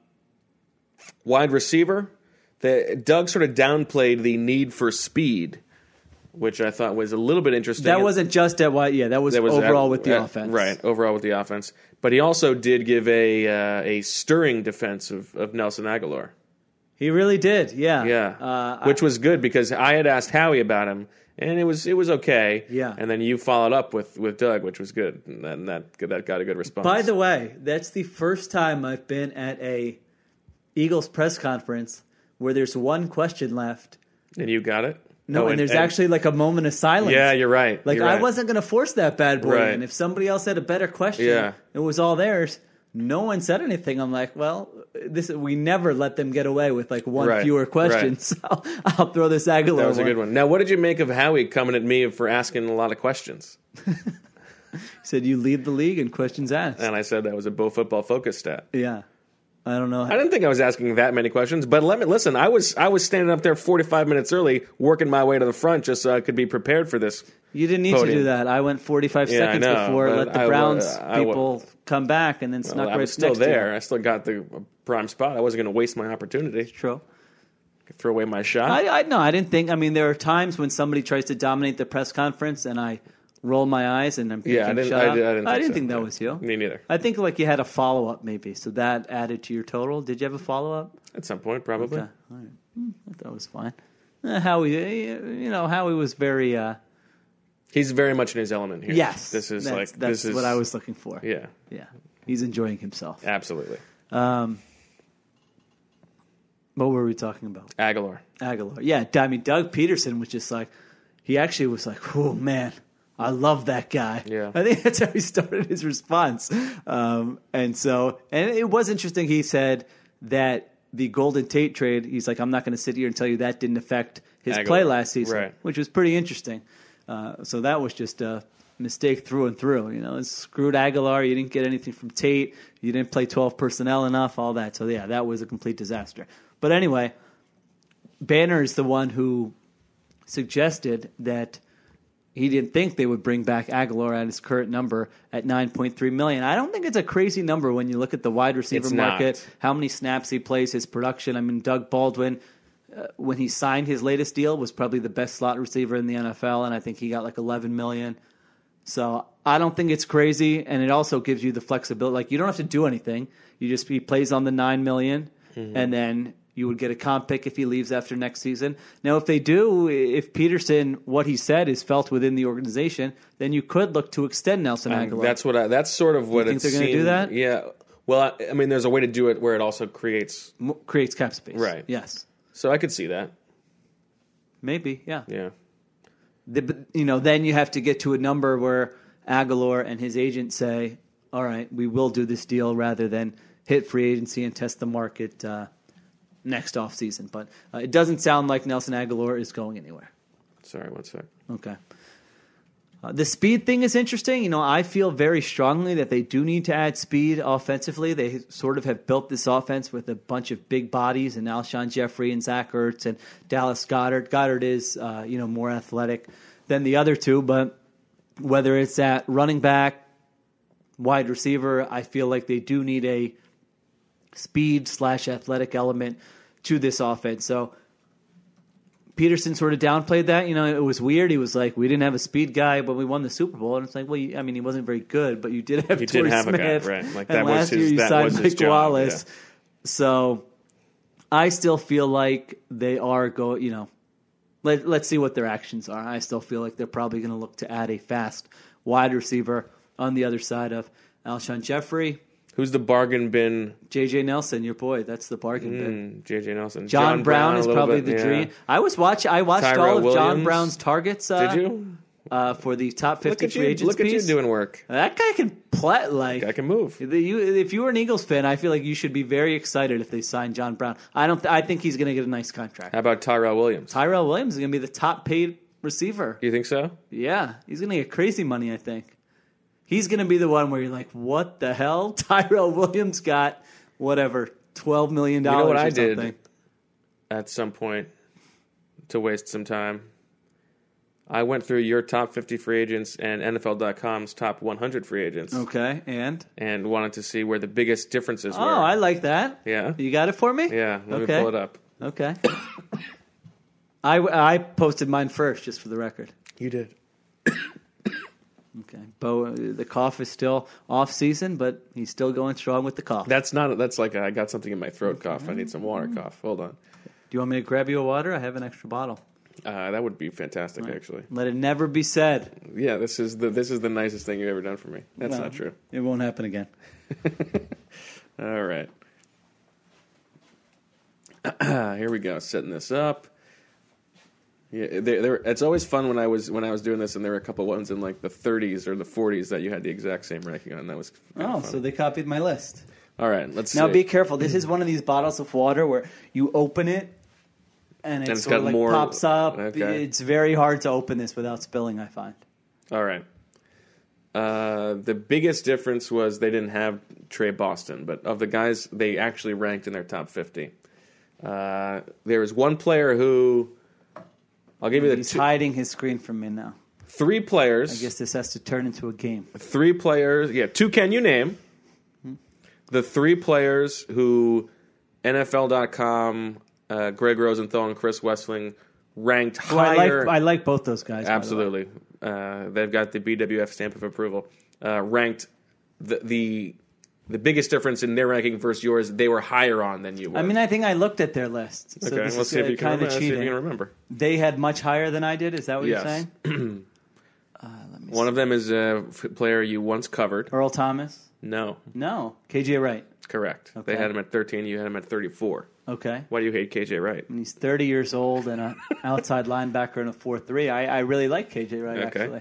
[SPEAKER 5] wide receiver. The, Doug sort of downplayed the need for speed, which I thought was a little bit interesting.
[SPEAKER 2] That wasn't just at why, yeah, that was, overall
[SPEAKER 5] at-
[SPEAKER 2] with the
[SPEAKER 5] at-
[SPEAKER 2] offense,
[SPEAKER 5] Right, overall with the offense. But he also did give a uh, a stirring defense of, of Nelson Aguilar.
[SPEAKER 2] He really did, yeah,
[SPEAKER 5] Yeah,
[SPEAKER 2] Uh,
[SPEAKER 5] which was good because I had asked Howie about him, and it was it was okay.
[SPEAKER 2] Yeah.
[SPEAKER 5] and then you followed up with, with Doug, which was good, and that, and that that got a good response.
[SPEAKER 2] By the way, that's the first time I've been at a Eagles press conference where there's one question left.
[SPEAKER 5] and you got it.
[SPEAKER 2] No,
[SPEAKER 5] Oh,
[SPEAKER 2] and, there's actually like a moment of silence.
[SPEAKER 5] yeah, you're right.
[SPEAKER 2] Like
[SPEAKER 5] you're
[SPEAKER 2] I
[SPEAKER 5] right.
[SPEAKER 2] wasn't going to force that bad boy
[SPEAKER 5] Right.
[SPEAKER 2] in. If somebody else had a better question,
[SPEAKER 5] Yeah.
[SPEAKER 2] it was all theirs. No one said anything. I'm like, well, this we never let them get away with like one
[SPEAKER 5] Right,
[SPEAKER 2] fewer question.
[SPEAKER 5] right.
[SPEAKER 2] So I'll throw this Aguilar.
[SPEAKER 5] That was a good one. Now, what did you make of Howie coming at me for asking a lot of questions?
[SPEAKER 2] He said you lead the league in questions asked.
[SPEAKER 5] And I said that was a Bo football focus stat.
[SPEAKER 2] Yeah. I don't know.
[SPEAKER 5] I didn't think I was asking that many questions, but let me listen. I was I was standing up there 45 minutes early, working my way to the front just so I could be prepared for this.
[SPEAKER 2] You didn't need to
[SPEAKER 5] Podium.
[SPEAKER 2] do that. I went 45
[SPEAKER 5] Yeah, I
[SPEAKER 2] seconds
[SPEAKER 5] know,
[SPEAKER 2] before,
[SPEAKER 5] but
[SPEAKER 2] let the
[SPEAKER 5] I wa-
[SPEAKER 2] Browns
[SPEAKER 5] I wa-
[SPEAKER 2] people come back, and then snuck
[SPEAKER 5] I
[SPEAKER 2] right
[SPEAKER 5] was still
[SPEAKER 2] next to them.
[SPEAKER 5] there. I still got the prime spot. I wasn't going to waste my opportunity.
[SPEAKER 2] True.
[SPEAKER 5] Throw away my shot.
[SPEAKER 2] I, I no, I didn't think. I mean, there are times when somebody tries to dominate the press conference, and I roll my eyes, and I'm thinking,
[SPEAKER 5] yeah, I didn't.
[SPEAKER 2] Shut
[SPEAKER 5] I,
[SPEAKER 2] up."
[SPEAKER 5] did, I didn't.
[SPEAKER 2] I
[SPEAKER 5] so.
[SPEAKER 2] didn't think that
[SPEAKER 5] Yeah.
[SPEAKER 2] was you.
[SPEAKER 5] Me neither.
[SPEAKER 2] I think like you had a follow up, maybe. So that added to your total. Did you have a follow up?
[SPEAKER 5] At some point, probably.
[SPEAKER 2] Okay. All right. Hmm, I thought it was fine. Eh, Howie, eh, you know, Howie was very. Uh,
[SPEAKER 5] He's very much in his element here.
[SPEAKER 2] yes,
[SPEAKER 5] This is
[SPEAKER 2] that's,
[SPEAKER 5] like
[SPEAKER 2] that's
[SPEAKER 5] this is
[SPEAKER 2] what I was looking for.
[SPEAKER 5] Yeah,
[SPEAKER 2] yeah. He's enjoying himself.
[SPEAKER 5] absolutely.
[SPEAKER 2] What were we talking about?
[SPEAKER 5] Aguilar.
[SPEAKER 2] Aguilar. Yeah, I mean, Doug Peterson was just like, he actually was like, oh man, I love that guy.
[SPEAKER 5] Yeah.
[SPEAKER 2] I think that's how he started his response. Um, and so, and it was interesting. He said that the Golden Tate trade, he's like, I'm not going to sit here and tell you that didn't affect his
[SPEAKER 5] Aguilar.
[SPEAKER 2] play last season,
[SPEAKER 5] Right.
[SPEAKER 2] which was pretty interesting. Uh, so that was just a mistake through and through. You know, it screwed Aguilar. You didn't get anything from Tate. You didn't play 12 personnel enough, all that. So yeah, that was a complete disaster. But anyway, Banner is the one who suggested that he didn't think they would bring back Aguilar at his current number at 9.3 million. I don't think it's a crazy number when you look at the wide receiver
[SPEAKER 5] It's not.
[SPEAKER 2] market, how many snaps he plays, his production. I mean, Doug Baldwin, uh, when he signed his latest deal, was probably the best slot receiver in the NFL, and I think he got like 11 million. So I don't think it's crazy, and it also gives you the flexibility. Like you don't have to do anything. You just he plays on the nine million,
[SPEAKER 5] Mm-hmm.
[SPEAKER 2] and then you would get a comp pick if he leaves after next season. Now, if they do, if Peterson what he said is felt within the organization, then you could look to extend Nelson Aguilar.
[SPEAKER 5] That's what. I, that's sort of what
[SPEAKER 2] think
[SPEAKER 5] it's.
[SPEAKER 2] they're gonna do that?
[SPEAKER 5] Yeah. Well, I, I mean, there's a way to do it where it also creates.
[SPEAKER 2] M- creates cap space.
[SPEAKER 5] Right.
[SPEAKER 2] Yes.
[SPEAKER 5] So I could see that.
[SPEAKER 2] Maybe. Yeah.
[SPEAKER 5] Yeah.
[SPEAKER 2] the, but, you know, then you have to get to a number where Aguilar and his agent say, "All right, we will do this deal," rather than hit free agency and test the market uh, next offseason. But uh, it doesn't sound like Nelson Aguilar is going anywhere.
[SPEAKER 5] Sorry, one sec.
[SPEAKER 2] Okay. Uh, the speed thing is interesting. You know, I feel very strongly that they do need to add speed offensively. They sort of have built this offense with a bunch of big bodies and Alshon Jeffrey and Zach Ertz and Dallas Goddard. Goddard is, uh, you know, more athletic than the other two, but whether it's at running back, wide receiver, I feel like they do need a speed slash athletic element to this offense. So Peterson sort of downplayed that. You know, it was weird. He was like, "We didn't have a speed guy when we won the Super Bowl," and it's like, "Well, you, I mean, he wasn't very good, but you did have
[SPEAKER 5] You did
[SPEAKER 2] Torrey
[SPEAKER 5] have a
[SPEAKER 2] Smith,
[SPEAKER 5] guy, right. Like,
[SPEAKER 2] and
[SPEAKER 5] that was
[SPEAKER 2] last
[SPEAKER 5] his-
[SPEAKER 2] year you
[SPEAKER 5] that
[SPEAKER 2] signed
[SPEAKER 5] was his
[SPEAKER 2] Mike
[SPEAKER 5] job,
[SPEAKER 2] Wallace."
[SPEAKER 5] yeah.
[SPEAKER 2] So I still feel like they are go. You know, let let's see what their actions are. I still feel like they're probably going to look to add a fast wide receiver on the other side of Alshon Jeffrey,
[SPEAKER 5] Who's the bargain bin?
[SPEAKER 2] J.J. Nelson, your boy. That's the bargain bin.
[SPEAKER 5] JJ Nelson.
[SPEAKER 2] John, Brown,
[SPEAKER 5] Hmm. a
[SPEAKER 2] is
[SPEAKER 5] little
[SPEAKER 2] probably
[SPEAKER 5] bit,
[SPEAKER 2] the
[SPEAKER 5] yeah.
[SPEAKER 2] dream. I was watch. I watched
[SPEAKER 5] Tyrell
[SPEAKER 2] all of John
[SPEAKER 5] Williams.
[SPEAKER 2] Brown's targets. Uh,
[SPEAKER 5] Did you?
[SPEAKER 2] uh, for the top
[SPEAKER 5] Look
[SPEAKER 2] fifty
[SPEAKER 5] at
[SPEAKER 2] free
[SPEAKER 5] you.
[SPEAKER 2] agents?
[SPEAKER 5] Look at you
[SPEAKER 2] piece.
[SPEAKER 5] doing work.
[SPEAKER 2] That guy can play. Like
[SPEAKER 5] I can move.
[SPEAKER 2] the- you, if you were an Eagles fan, I feel like you should be very excited if they sign John Brown. I don't. Th- I think he's going to get a nice contract.
[SPEAKER 5] How about Tyrell Williams?
[SPEAKER 2] Tyrell Williams is going to be the top paid receiver.
[SPEAKER 5] You think so?
[SPEAKER 2] Yeah, he's going to get crazy money. I think he's going to be the one where you're like, "What the hell?" Tyrell Williams got whatever twelve million
[SPEAKER 5] You
[SPEAKER 2] dollars.
[SPEAKER 5] know what
[SPEAKER 2] or
[SPEAKER 5] I did
[SPEAKER 2] something.
[SPEAKER 5] at some point to waste some time. I went through your top 50 free agents and NFL.com's top 100 free agents
[SPEAKER 2] Okay, and
[SPEAKER 5] and wanted to see where the biggest differences were.
[SPEAKER 2] Oh, I like that.
[SPEAKER 5] Yeah.
[SPEAKER 2] You got it for me?
[SPEAKER 5] Yeah, let
[SPEAKER 2] Okay.
[SPEAKER 5] me pull it up.
[SPEAKER 2] Okay. I, I posted mine first, just for the record.
[SPEAKER 5] You did.
[SPEAKER 2] Okay. Bo, uh, the cough is still off season, but he's still going strong with the cough.
[SPEAKER 5] That's not, that's like I got something in my throat cough. I need some water cough. Hold on.
[SPEAKER 2] Do you want me to grab you a water? I have an extra bottle.
[SPEAKER 5] Uh, that would be fantastic, actually.
[SPEAKER 2] Let it never be said.
[SPEAKER 5] Yeah, this is the this is the nicest thing you've ever done for me. That's
[SPEAKER 2] Well,
[SPEAKER 5] not true.
[SPEAKER 2] It won't happen again.
[SPEAKER 5] All right. Here we go. Setting this up. Yeah, there, there. It's always fun when I was when I was doing this, and there were a couple ones in like the 30s or the 40s that you had the exact same ranking on. That was kinda
[SPEAKER 2] Oh,
[SPEAKER 5] fun.
[SPEAKER 2] so they copied my list.
[SPEAKER 5] all right. Let's
[SPEAKER 2] Now
[SPEAKER 5] see.
[SPEAKER 2] be careful. This is one of these bottles of water where you open it and it
[SPEAKER 5] it's
[SPEAKER 2] sort of
[SPEAKER 5] got
[SPEAKER 2] like
[SPEAKER 5] more-
[SPEAKER 2] pops up.
[SPEAKER 5] Okay.
[SPEAKER 2] It's very hard to open this without spilling, I find.
[SPEAKER 5] all right. Uh, the biggest difference was they didn't have Trey Boston, but of the guys they actually ranked in their top 50, uh, there was one player who I'll give you the
[SPEAKER 2] He's
[SPEAKER 5] two,
[SPEAKER 2] hiding his screen from me now.
[SPEAKER 5] three players.
[SPEAKER 2] I guess this has to turn into a game.
[SPEAKER 5] three players. Yeah, two can you name? The three players who NFL.com, uh, Greg Rosenthal, and Chris Westling ranked
[SPEAKER 2] Oh, I like
[SPEAKER 5] higher.
[SPEAKER 2] I like both those guys. by the way.
[SPEAKER 5] absolutely. Uh, they've got the BWF stamp of approval. Uh, ranked the, the the biggest difference in their ranking versus yours. They were higher on than you were.
[SPEAKER 2] I mean, I think I looked at their list. So
[SPEAKER 5] okay,
[SPEAKER 2] this
[SPEAKER 5] let's
[SPEAKER 2] is
[SPEAKER 5] see if you can
[SPEAKER 2] kind
[SPEAKER 5] remember.
[SPEAKER 2] of
[SPEAKER 5] let's see if you
[SPEAKER 2] cheating.
[SPEAKER 5] can remember.
[SPEAKER 2] They had much higher than I did. Is that what
[SPEAKER 5] Yes.
[SPEAKER 2] you're saying?
[SPEAKER 5] One of them is a f- player you once covered.
[SPEAKER 2] Earl Thomas?
[SPEAKER 5] No,
[SPEAKER 2] No. KJ Wright.
[SPEAKER 5] correct. They
[SPEAKER 2] Okay.
[SPEAKER 5] had him at thirteen. You had him at thirty-four.
[SPEAKER 2] Okay.
[SPEAKER 5] Why do you hate KJ Wright?
[SPEAKER 2] And he's 30 years old and an outside linebacker and a 4 3. I, I really like KJ Wright,
[SPEAKER 5] Okay.
[SPEAKER 2] actually.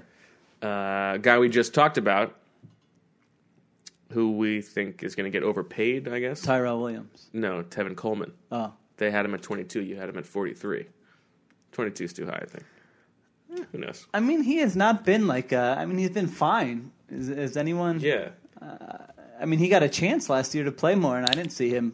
[SPEAKER 5] uh, guy we just talked about, who we think is going to get overpaid, I guess.
[SPEAKER 2] Tyrell Williams.
[SPEAKER 5] no, Tevin Coleman.
[SPEAKER 2] Oh.
[SPEAKER 5] They had him at 22. You had him at 43. 22 is too high, I think. Eh, who knows?
[SPEAKER 2] I mean, he has not been like, uh, I mean, he's been fine. Is, is anyone.
[SPEAKER 5] Yeah.
[SPEAKER 2] I mean, he got a chance last year to play more, and I didn't see him.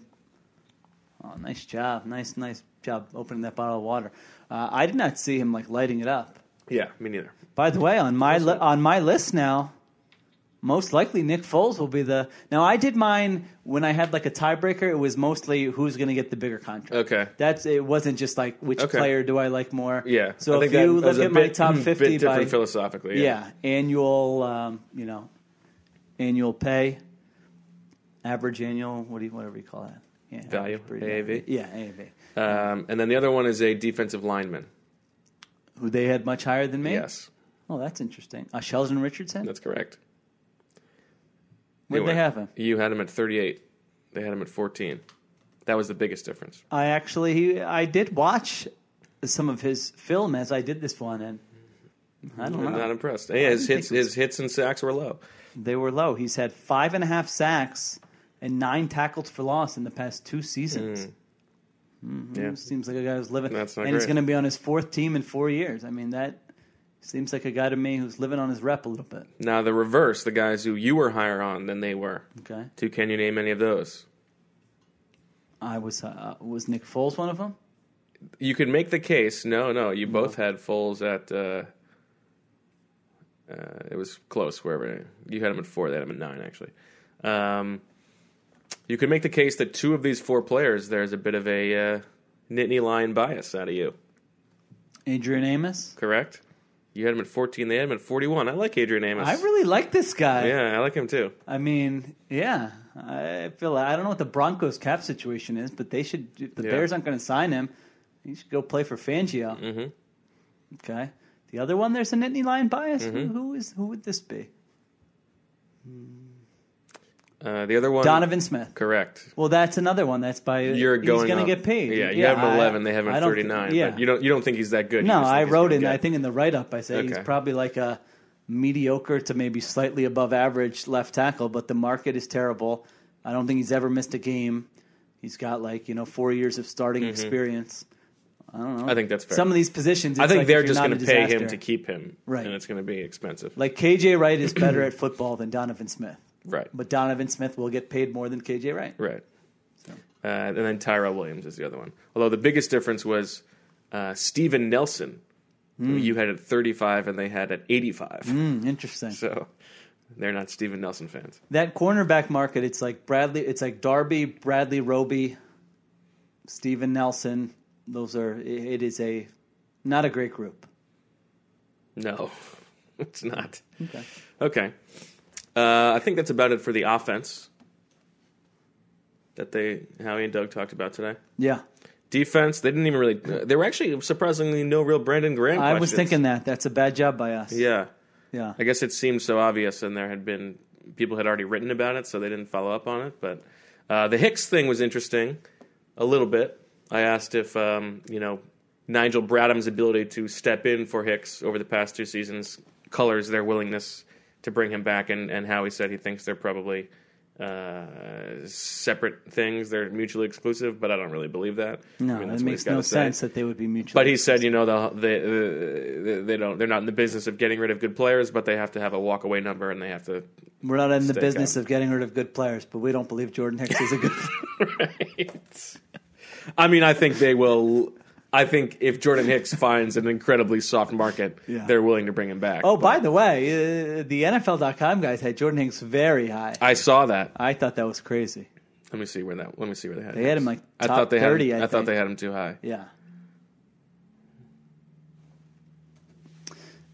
[SPEAKER 2] Oh, nice job. Nice, nice job opening that bottle of water. Uh, I did not see him, like, lighting it up.
[SPEAKER 5] Yeah, me neither.
[SPEAKER 2] By the way, on my li- on my list now, most likely Nick Foles will be the. Now I did mine when I had like a tiebreaker. It was mostly who's going to get the bigger contract.
[SPEAKER 5] Okay.
[SPEAKER 2] That's it. Wasn't just like which
[SPEAKER 5] Okay.
[SPEAKER 2] player do I like more.
[SPEAKER 5] Yeah.
[SPEAKER 2] So
[SPEAKER 5] I
[SPEAKER 2] if
[SPEAKER 5] think
[SPEAKER 2] you
[SPEAKER 5] that was
[SPEAKER 2] look
[SPEAKER 5] a
[SPEAKER 2] at my
[SPEAKER 5] bit-
[SPEAKER 2] top
[SPEAKER 5] bit
[SPEAKER 2] fifty
[SPEAKER 5] different
[SPEAKER 2] by
[SPEAKER 5] philosophically.
[SPEAKER 2] yeah annual, um, you know, annual pay, average annual. What do you whatever you call that? Yeah,
[SPEAKER 5] Value,
[SPEAKER 2] average per-
[SPEAKER 5] AAV.
[SPEAKER 2] Yeah, AAV.
[SPEAKER 5] Um, and then the other one is a defensive lineman.
[SPEAKER 2] Who they had much higher than me.
[SPEAKER 5] Yes,
[SPEAKER 2] Oh, that's interesting. Uh, Sheldon Richardson.
[SPEAKER 5] that's correct.
[SPEAKER 2] Where'd
[SPEAKER 5] Anyway,
[SPEAKER 2] they have him?
[SPEAKER 5] You had him at 38. They had him at 14. That was the biggest difference.
[SPEAKER 2] I actually I did watch some of his film as I did this one, and Uh-huh. I don't
[SPEAKER 5] I'm
[SPEAKER 2] know.
[SPEAKER 5] not impressed. Yeah, his
[SPEAKER 2] think
[SPEAKER 5] hits,
[SPEAKER 2] it was-
[SPEAKER 5] his hits and sacks were low.
[SPEAKER 2] They were low. He's had five and a half sacks and nine tackles for loss in the past two seasons.
[SPEAKER 5] Hmm.
[SPEAKER 2] Mm-hmm.
[SPEAKER 5] Yeah.
[SPEAKER 2] Seems like a guy who's living,
[SPEAKER 5] That's not
[SPEAKER 2] and he's
[SPEAKER 5] great.
[SPEAKER 2] going to be on his fourth team in four years. I mean, that seems like a guy to me who's living on his rep a little bit.
[SPEAKER 5] Now the reverse, the guys who you were higher on than they were.
[SPEAKER 2] Okay,
[SPEAKER 5] Two, can you name any of those?
[SPEAKER 2] I was uh, was Nick Foles one of them?
[SPEAKER 5] You could make the case. No, no, you both had Foles at. Uh, uh, it was close. Wherever you had him at four, they had him at nine. Actually, um, you could make the case that two of these four players, there's a bit of a uh, Nittany Lion bias out of you.
[SPEAKER 2] Adrian Amos.
[SPEAKER 5] Correct. You had him at 14. They had him at 41. I like Adrian Amos.
[SPEAKER 2] I really like this guy.
[SPEAKER 5] yeah, I like him too.
[SPEAKER 2] I mean, yeah, I feel like, I don't know what the Broncos cap situation is, but they should. If the
[SPEAKER 5] Yeah.
[SPEAKER 2] Bears aren't going to sign him, he should go play for Fangio.
[SPEAKER 5] Mhm.
[SPEAKER 2] Okay. The other one, there's a Nittany Lion bias.
[SPEAKER 5] Mm-hmm.
[SPEAKER 2] Who, who is? Who would this be?
[SPEAKER 5] Uh, the other one,
[SPEAKER 2] Donovan Smith.
[SPEAKER 5] Correct.
[SPEAKER 2] Well, that's another one. That's by
[SPEAKER 5] You're
[SPEAKER 2] he's
[SPEAKER 5] going.
[SPEAKER 2] gonna
[SPEAKER 5] up.
[SPEAKER 2] get paid.
[SPEAKER 5] Yeah, you have him
[SPEAKER 2] I-
[SPEAKER 5] at eleven. They have him
[SPEAKER 2] I
[SPEAKER 5] at
[SPEAKER 2] don't
[SPEAKER 5] thirty
[SPEAKER 2] think-
[SPEAKER 5] nine.
[SPEAKER 2] yeah,
[SPEAKER 5] But you don't. You don't think he's that good. You
[SPEAKER 2] no,
[SPEAKER 5] just think
[SPEAKER 2] I
[SPEAKER 5] he's
[SPEAKER 2] wrote
[SPEAKER 5] gonna
[SPEAKER 2] in.
[SPEAKER 5] get-
[SPEAKER 2] I think in the write up, I said he's
[SPEAKER 5] Okay.
[SPEAKER 2] probably like a mediocre to maybe slightly above average left tackle, but the market is terrible. I don't think he's ever missed a game. He's got like you know four years of starting
[SPEAKER 5] Mm-hmm.
[SPEAKER 2] experience. I don't know.
[SPEAKER 5] I think that's fair.
[SPEAKER 2] Some of these positions,
[SPEAKER 5] I
[SPEAKER 2] it's
[SPEAKER 5] think
[SPEAKER 2] like
[SPEAKER 5] they're
[SPEAKER 2] if you're
[SPEAKER 5] just
[SPEAKER 2] not
[SPEAKER 5] going
[SPEAKER 2] a
[SPEAKER 5] to pay him
[SPEAKER 2] disaster.
[SPEAKER 5] to keep him,
[SPEAKER 2] Right.
[SPEAKER 5] And it's going to be expensive,
[SPEAKER 2] Like KJ Wright is better at football than Donovan Smith,
[SPEAKER 5] right?
[SPEAKER 2] but Donovan Smith will get paid more than KJ Wright.
[SPEAKER 5] right. Uh, and then Tyrell Williams is the other one. Although the biggest difference was uh, Steven Nelson, who you had at thirty five and they had at eighty five.
[SPEAKER 2] Hmm, interesting.
[SPEAKER 5] So they're not Steven Nelson fans.
[SPEAKER 2] that cornerback market, it's like Bradley, it's like Darby, Bradley, Roby, Steven Nelson. Those are it it is a not a great group.
[SPEAKER 5] No, it's not.
[SPEAKER 2] Okay.
[SPEAKER 5] Okay. Uh, I think that's about it for the offense that they Howie and Doug talked about today.
[SPEAKER 2] Yeah,
[SPEAKER 5] Defense, they didn't even really. Uh, there were actually surprisingly no real Brandon Graham.
[SPEAKER 2] I was
[SPEAKER 5] questions.
[SPEAKER 2] thinking that. That's a bad job by us.
[SPEAKER 5] Yeah,
[SPEAKER 2] yeah.
[SPEAKER 5] I guess it seemed so obvious, and there had been people had already written about it, so they didn't follow up on it. But uh, the Hicks thing was interesting a little bit. I asked if um, you know Nigel Bradham's ability to step in for Hicks over the past two seasons colors their willingness to bring him back, and, and how he said he thinks they're probably uh, separate things. They're mutually exclusive, but I don't really believe that.
[SPEAKER 2] No,
[SPEAKER 5] I mean,
[SPEAKER 2] it
[SPEAKER 5] that's what he's
[SPEAKER 2] makes no
[SPEAKER 5] gotta say.
[SPEAKER 2] sense that they would be mutually.
[SPEAKER 5] But he said, you know, the, the, the, they don't. They're not in the business of getting rid of good players, but they have to have a walk away number, and they have to.
[SPEAKER 2] we're not in the
[SPEAKER 5] Stay
[SPEAKER 2] business
[SPEAKER 5] calm.
[SPEAKER 2] of getting rid of good players, but we don't believe Jordan Hicks is a good. player.
[SPEAKER 5] Right. I mean, I think they will. I think if Jordan Hicks finds an incredibly soft market,
[SPEAKER 2] Yeah.
[SPEAKER 5] they're willing to bring him back.
[SPEAKER 2] Oh, by the way, uh, the NFL.com guys had Jordan Hicks very high.
[SPEAKER 5] I saw that.
[SPEAKER 2] I thought that was crazy.
[SPEAKER 5] Let me see where that. Let me see where they had.
[SPEAKER 2] They had him like
[SPEAKER 5] I
[SPEAKER 2] top
[SPEAKER 5] thought they
[SPEAKER 2] 30,
[SPEAKER 5] Had,
[SPEAKER 2] I
[SPEAKER 5] I, thought
[SPEAKER 2] think.
[SPEAKER 5] they had him too high.
[SPEAKER 2] Yeah.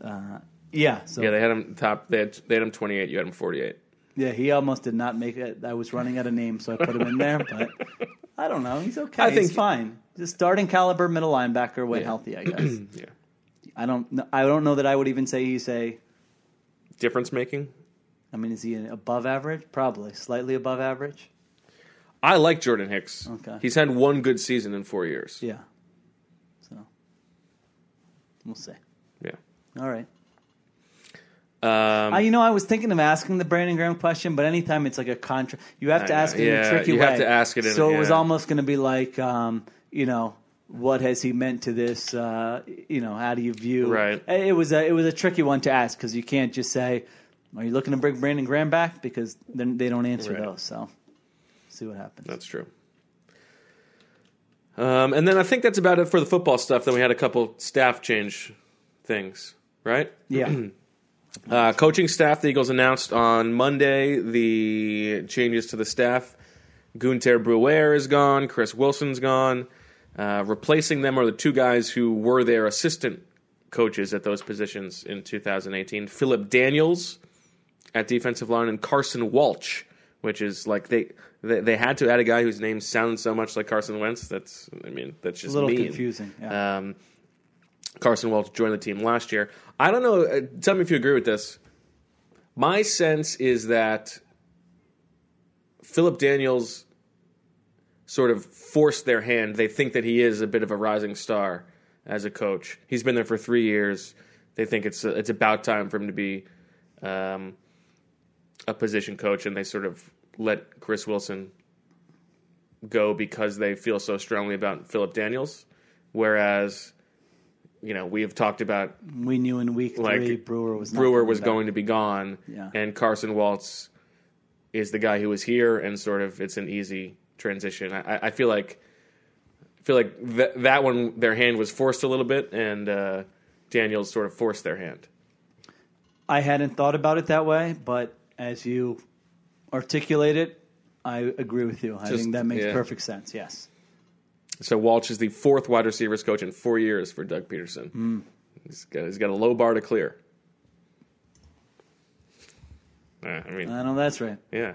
[SPEAKER 2] Uh, yeah. So
[SPEAKER 5] Yeah, they had him top. They had they had him twenty eight. You had him forty eight.
[SPEAKER 2] Yeah, he almost did not make it. I was running out of names, so I put him in there. But I don't know. He's okay.
[SPEAKER 5] I
[SPEAKER 2] he's
[SPEAKER 5] think-
[SPEAKER 2] fine. He's a starting caliber middle linebacker when
[SPEAKER 5] Yeah.
[SPEAKER 2] healthy. I guess.
[SPEAKER 5] Yeah,
[SPEAKER 2] I don't. kn- I don't know that I would even say he's a.
[SPEAKER 5] difference making.
[SPEAKER 2] I mean, is he an above average? Probably slightly above average.
[SPEAKER 5] I like Jordan Hicks.
[SPEAKER 2] Okay.
[SPEAKER 5] He's had one good season in four years.
[SPEAKER 2] Yeah. So we'll see.
[SPEAKER 5] Yeah.
[SPEAKER 2] All right.
[SPEAKER 5] Um,
[SPEAKER 2] I, you know, I was thinking of asking the Brandon Graham question, but anytime it's like a contract, you have
[SPEAKER 5] I
[SPEAKER 2] to
[SPEAKER 5] know,
[SPEAKER 2] ask it in a
[SPEAKER 5] yeah,
[SPEAKER 2] tricky
[SPEAKER 5] you
[SPEAKER 2] way.
[SPEAKER 5] have to ask it in-
[SPEAKER 2] so it was
[SPEAKER 5] yeah.
[SPEAKER 2] almost going to be like, um, you know, what has he meant to this? Uh, you know, how do you view?
[SPEAKER 5] Right.
[SPEAKER 2] It it was a it was a tricky one to ask because you can't just say, "Are you looking to bring Brandon Graham back?" Because then they don't answer
[SPEAKER 5] Right.
[SPEAKER 2] those. So see what happens.
[SPEAKER 5] That's true. Um, and then I think that's about it for the football stuff. Then we had a couple staff change things, right?
[SPEAKER 2] yeah.
[SPEAKER 5] Uh, coaching staff, the Eagles announced on Monday the changes to the staff. Gunter Brewer is gone. Chris Wilson's gone. Uh, replacing them are the two guys who were their assistant coaches at those positions in 2018 Philip Daniels at defensive line and Carson Walsh, which is like they. They they had to add a guy whose name sounds so much like Carson Wentz. That's, I mean, that's just
[SPEAKER 2] a little
[SPEAKER 5] mean.
[SPEAKER 2] confusing. Yeah.
[SPEAKER 5] Um, Carson Welch joined the team last year. I don't know. Uh, tell me if you agree with this. My sense is that Philip Daniels sort of forced their hand. They think that he is a bit of a rising star as a coach. He's been there for three years. They think it's uh, it's about time for him to be um, a position coach, and they sort of let Chris Wilson go because they feel so strongly about Philip Daniels. Whereas, you know, we have talked about
[SPEAKER 2] we knew in week
[SPEAKER 5] like
[SPEAKER 2] three Brewer was not
[SPEAKER 5] Brewer
[SPEAKER 2] coming
[SPEAKER 5] was
[SPEAKER 2] back.
[SPEAKER 5] going to be gone,
[SPEAKER 2] Yeah.
[SPEAKER 5] and Carson Waltz is the guy who was here, and sort of it's an easy transition. I, I- I feel like I feel like th- that one their hand was forced a little bit, and uh, Daniels sort of forced their hand.
[SPEAKER 2] I hadn't thought about it that way, but as you articulate it, I agree with you. I
[SPEAKER 5] Just-
[SPEAKER 2] think that makes
[SPEAKER 5] yeah.
[SPEAKER 2] perfect sense. Yes.
[SPEAKER 5] So Walsh is the fourth wide receivers coach in four years for Doug Peterson.
[SPEAKER 2] Hmm.
[SPEAKER 5] He's got he's got a low bar to clear. Uh, I mean,
[SPEAKER 2] I know that's right.
[SPEAKER 5] Yeah.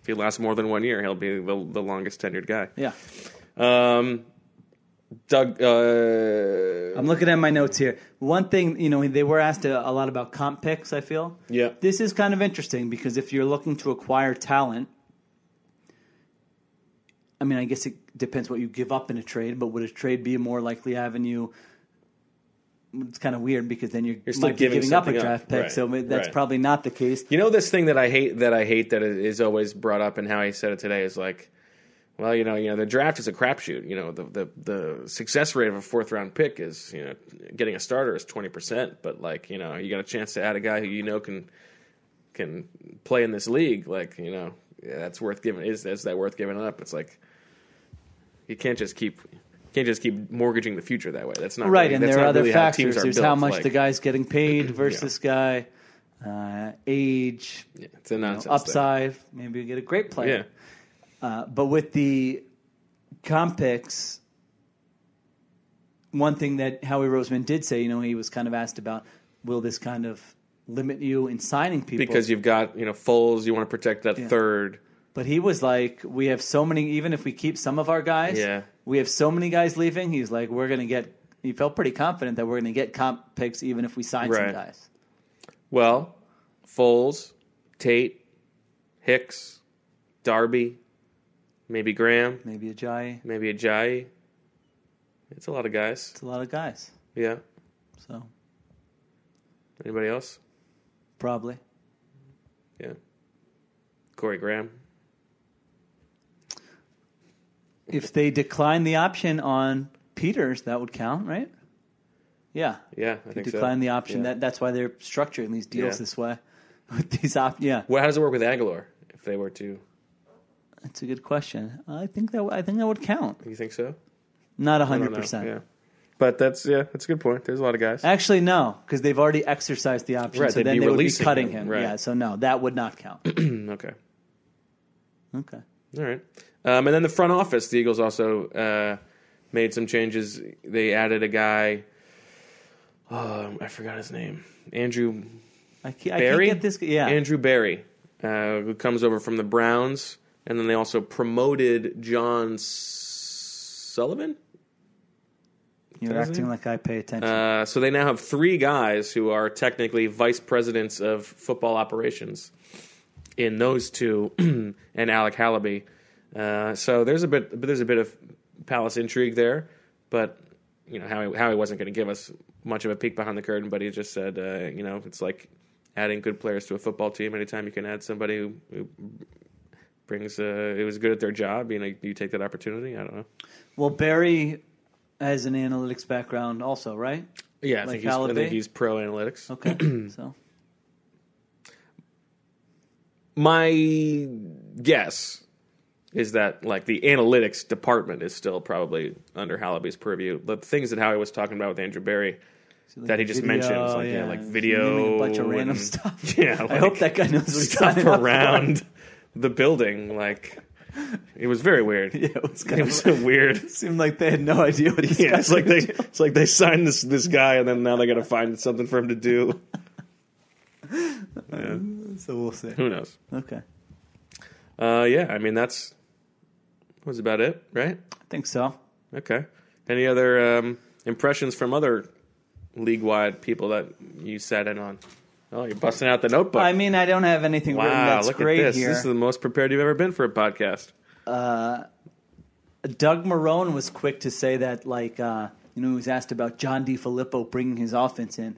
[SPEAKER 5] If he lasts more than one year, he'll be the, the longest tenured guy.
[SPEAKER 2] Yeah.
[SPEAKER 5] Um, Doug, uh,
[SPEAKER 2] I'm looking at my notes here. One thing, you know, they were asked a, a lot about comp picks, I feel.
[SPEAKER 5] Yeah.
[SPEAKER 2] This is kind of interesting because if you're looking to acquire talent, I mean, I guess it depends what you give up in a trade, but would a trade be a more likely avenue? It's kind of weird because then you're,
[SPEAKER 5] still
[SPEAKER 2] might be
[SPEAKER 5] giving
[SPEAKER 2] giving up a
[SPEAKER 5] something up.
[SPEAKER 2] draft pick,
[SPEAKER 5] Right.
[SPEAKER 2] so that's
[SPEAKER 5] Right.
[SPEAKER 2] probably not the case.
[SPEAKER 5] you know this thing that I hate that I hate that is always brought up, and how he said it today is like, well, you know, you know, the draft is a crapshoot. You know, the, the the success rate of a fourth round pick is, you know, getting a starter is twenty percent, but like, you know, you got a chance to add a guy who you know can can play in this league. Like, you know, yeah, that's worth giving. Is is that worth giving up? It's like you can't just keep. you Can't just keep mortgaging the future that way. That's not
[SPEAKER 2] right
[SPEAKER 5] really-
[SPEAKER 2] and
[SPEAKER 5] that's
[SPEAKER 2] there are
[SPEAKER 5] not
[SPEAKER 2] other
[SPEAKER 5] really how
[SPEAKER 2] factors
[SPEAKER 5] teams are
[SPEAKER 2] there's
[SPEAKER 5] built,
[SPEAKER 2] how much
[SPEAKER 5] like-
[SPEAKER 2] the guy's getting paid versus guy uh, age
[SPEAKER 5] Yeah, it's a
[SPEAKER 2] you know,
[SPEAKER 5] nonsense. thing.
[SPEAKER 2] upside maybe you get a great player
[SPEAKER 5] Yeah.
[SPEAKER 2] uh, but with the comp picks one thing that howie roseman did say you know he was kind of asked about will this kind of limit you in signing people
[SPEAKER 5] because you've got you know Foles, you want to protect that third.
[SPEAKER 2] But he was like, we have so many. Even if we keep some of our guys,
[SPEAKER 5] Yeah.
[SPEAKER 2] we have so many guys leaving. He's like, we're gonna get. He felt pretty confident that we're gonna get comp picks, even if we sign some
[SPEAKER 5] Right.
[SPEAKER 2] guys.
[SPEAKER 5] Well, Foles, Tate, Hicks, Darby, maybe Graham,
[SPEAKER 2] Maybe Ajayi.
[SPEAKER 5] maybe Ajayi. It's a lot of guys.
[SPEAKER 2] It's a lot of guys.
[SPEAKER 5] Yeah.
[SPEAKER 2] So
[SPEAKER 5] Anybody else?
[SPEAKER 2] probably
[SPEAKER 5] Yeah. Corey Graham.
[SPEAKER 2] If they decline the option on Peters, that would count, right? Yeah.
[SPEAKER 5] Yeah, I think so.
[SPEAKER 2] decline the option.
[SPEAKER 5] Yeah.
[SPEAKER 2] That that's why they're structuring these deals
[SPEAKER 5] Yeah.
[SPEAKER 2] this way. With these op, yeah,
[SPEAKER 5] Well, how does it work with Aguilar if they were to?
[SPEAKER 2] that's a good question. I think that I think that would count.
[SPEAKER 5] You think so?
[SPEAKER 2] Not
[SPEAKER 5] I don't
[SPEAKER 2] hundred
[SPEAKER 5] know. Yeah.
[SPEAKER 2] percent.
[SPEAKER 5] But that's yeah, that's a good point. There's a lot of guys.
[SPEAKER 2] Actually, no, because they've already exercised the option,
[SPEAKER 5] Right,
[SPEAKER 2] so
[SPEAKER 5] they'd
[SPEAKER 2] then
[SPEAKER 5] be
[SPEAKER 2] they would be
[SPEAKER 5] releasing
[SPEAKER 2] cutting
[SPEAKER 5] him,
[SPEAKER 2] him.
[SPEAKER 5] right.
[SPEAKER 2] Yeah, so no, that would not count.
[SPEAKER 5] Mm, Okay.
[SPEAKER 2] okay.
[SPEAKER 5] All right. Um, and then the front office, the Eagles also uh, made some changes. They added a guy. Um, I forgot his name. Andrew
[SPEAKER 2] I can't, I
[SPEAKER 5] Barry.
[SPEAKER 2] can't get this. Yeah,
[SPEAKER 5] Andrew Barry, uh, who comes over from the Browns, and then they also promoted John S- Sullivan.
[SPEAKER 2] you're acting like I pay attention.
[SPEAKER 5] Uh, so they now have three guys who are technically vice presidents of football operations in those two and Alec Hallaby. Uh, so there's a bit there's a bit of Palace intrigue there, but you know Howie, Howie wasn't going to give us much of a peek behind the curtain, but he just said uh, you know it's like adding good players to a football team. Anytime you can add somebody who, who brings uh, it was good at their job, you know you take that opportunity. I don't know.
[SPEAKER 2] well, Barry has an analytics background, also, right?
[SPEAKER 5] Yeah, I,
[SPEAKER 2] Like
[SPEAKER 5] think, he's, I
[SPEAKER 2] Hallaby?
[SPEAKER 5] think he's pro analytics.
[SPEAKER 2] Okay, so
[SPEAKER 5] my guess is that like the analytics department is still probably under Hallaby's purview. The things that Howie was talking about with Andrew Barry,
[SPEAKER 2] So, like,
[SPEAKER 5] That he just
[SPEAKER 2] video,
[SPEAKER 5] mentions, like, yeah, like,
[SPEAKER 2] he's
[SPEAKER 5] video
[SPEAKER 2] naming a bunch of random
[SPEAKER 5] and-
[SPEAKER 2] stuff.
[SPEAKER 5] yeah,
[SPEAKER 2] I
[SPEAKER 5] like,
[SPEAKER 2] hope that guy knows what he's
[SPEAKER 5] stuff
[SPEAKER 2] signing up for.
[SPEAKER 5] around the building, like it was very weird.
[SPEAKER 2] Yeah, it was kind
[SPEAKER 5] It
[SPEAKER 2] of
[SPEAKER 5] was so weird.
[SPEAKER 2] seemed like they had no idea what he's.
[SPEAKER 5] Yeah, it's like they it's like they signed this this guy, and then now they got to find something for him to do. Yeah,
[SPEAKER 2] So we'll see.
[SPEAKER 5] who knows?
[SPEAKER 2] Okay,
[SPEAKER 5] Uh, yeah, I mean that's that was about it, right?
[SPEAKER 2] I think so.
[SPEAKER 5] Okay. Any other um, impressions from other league-wide people that you sat in on? Oh, you're busting out the notebook.
[SPEAKER 2] I mean, I don't have anything written
[SPEAKER 5] wow,
[SPEAKER 2] that's
[SPEAKER 5] look at
[SPEAKER 2] great
[SPEAKER 5] this.
[SPEAKER 2] here.
[SPEAKER 5] This is the most prepared you've ever been for a podcast.
[SPEAKER 2] Doug Marone was quick to say that, like, uh, you know, he was asked about John D. Filippo bringing his offense in.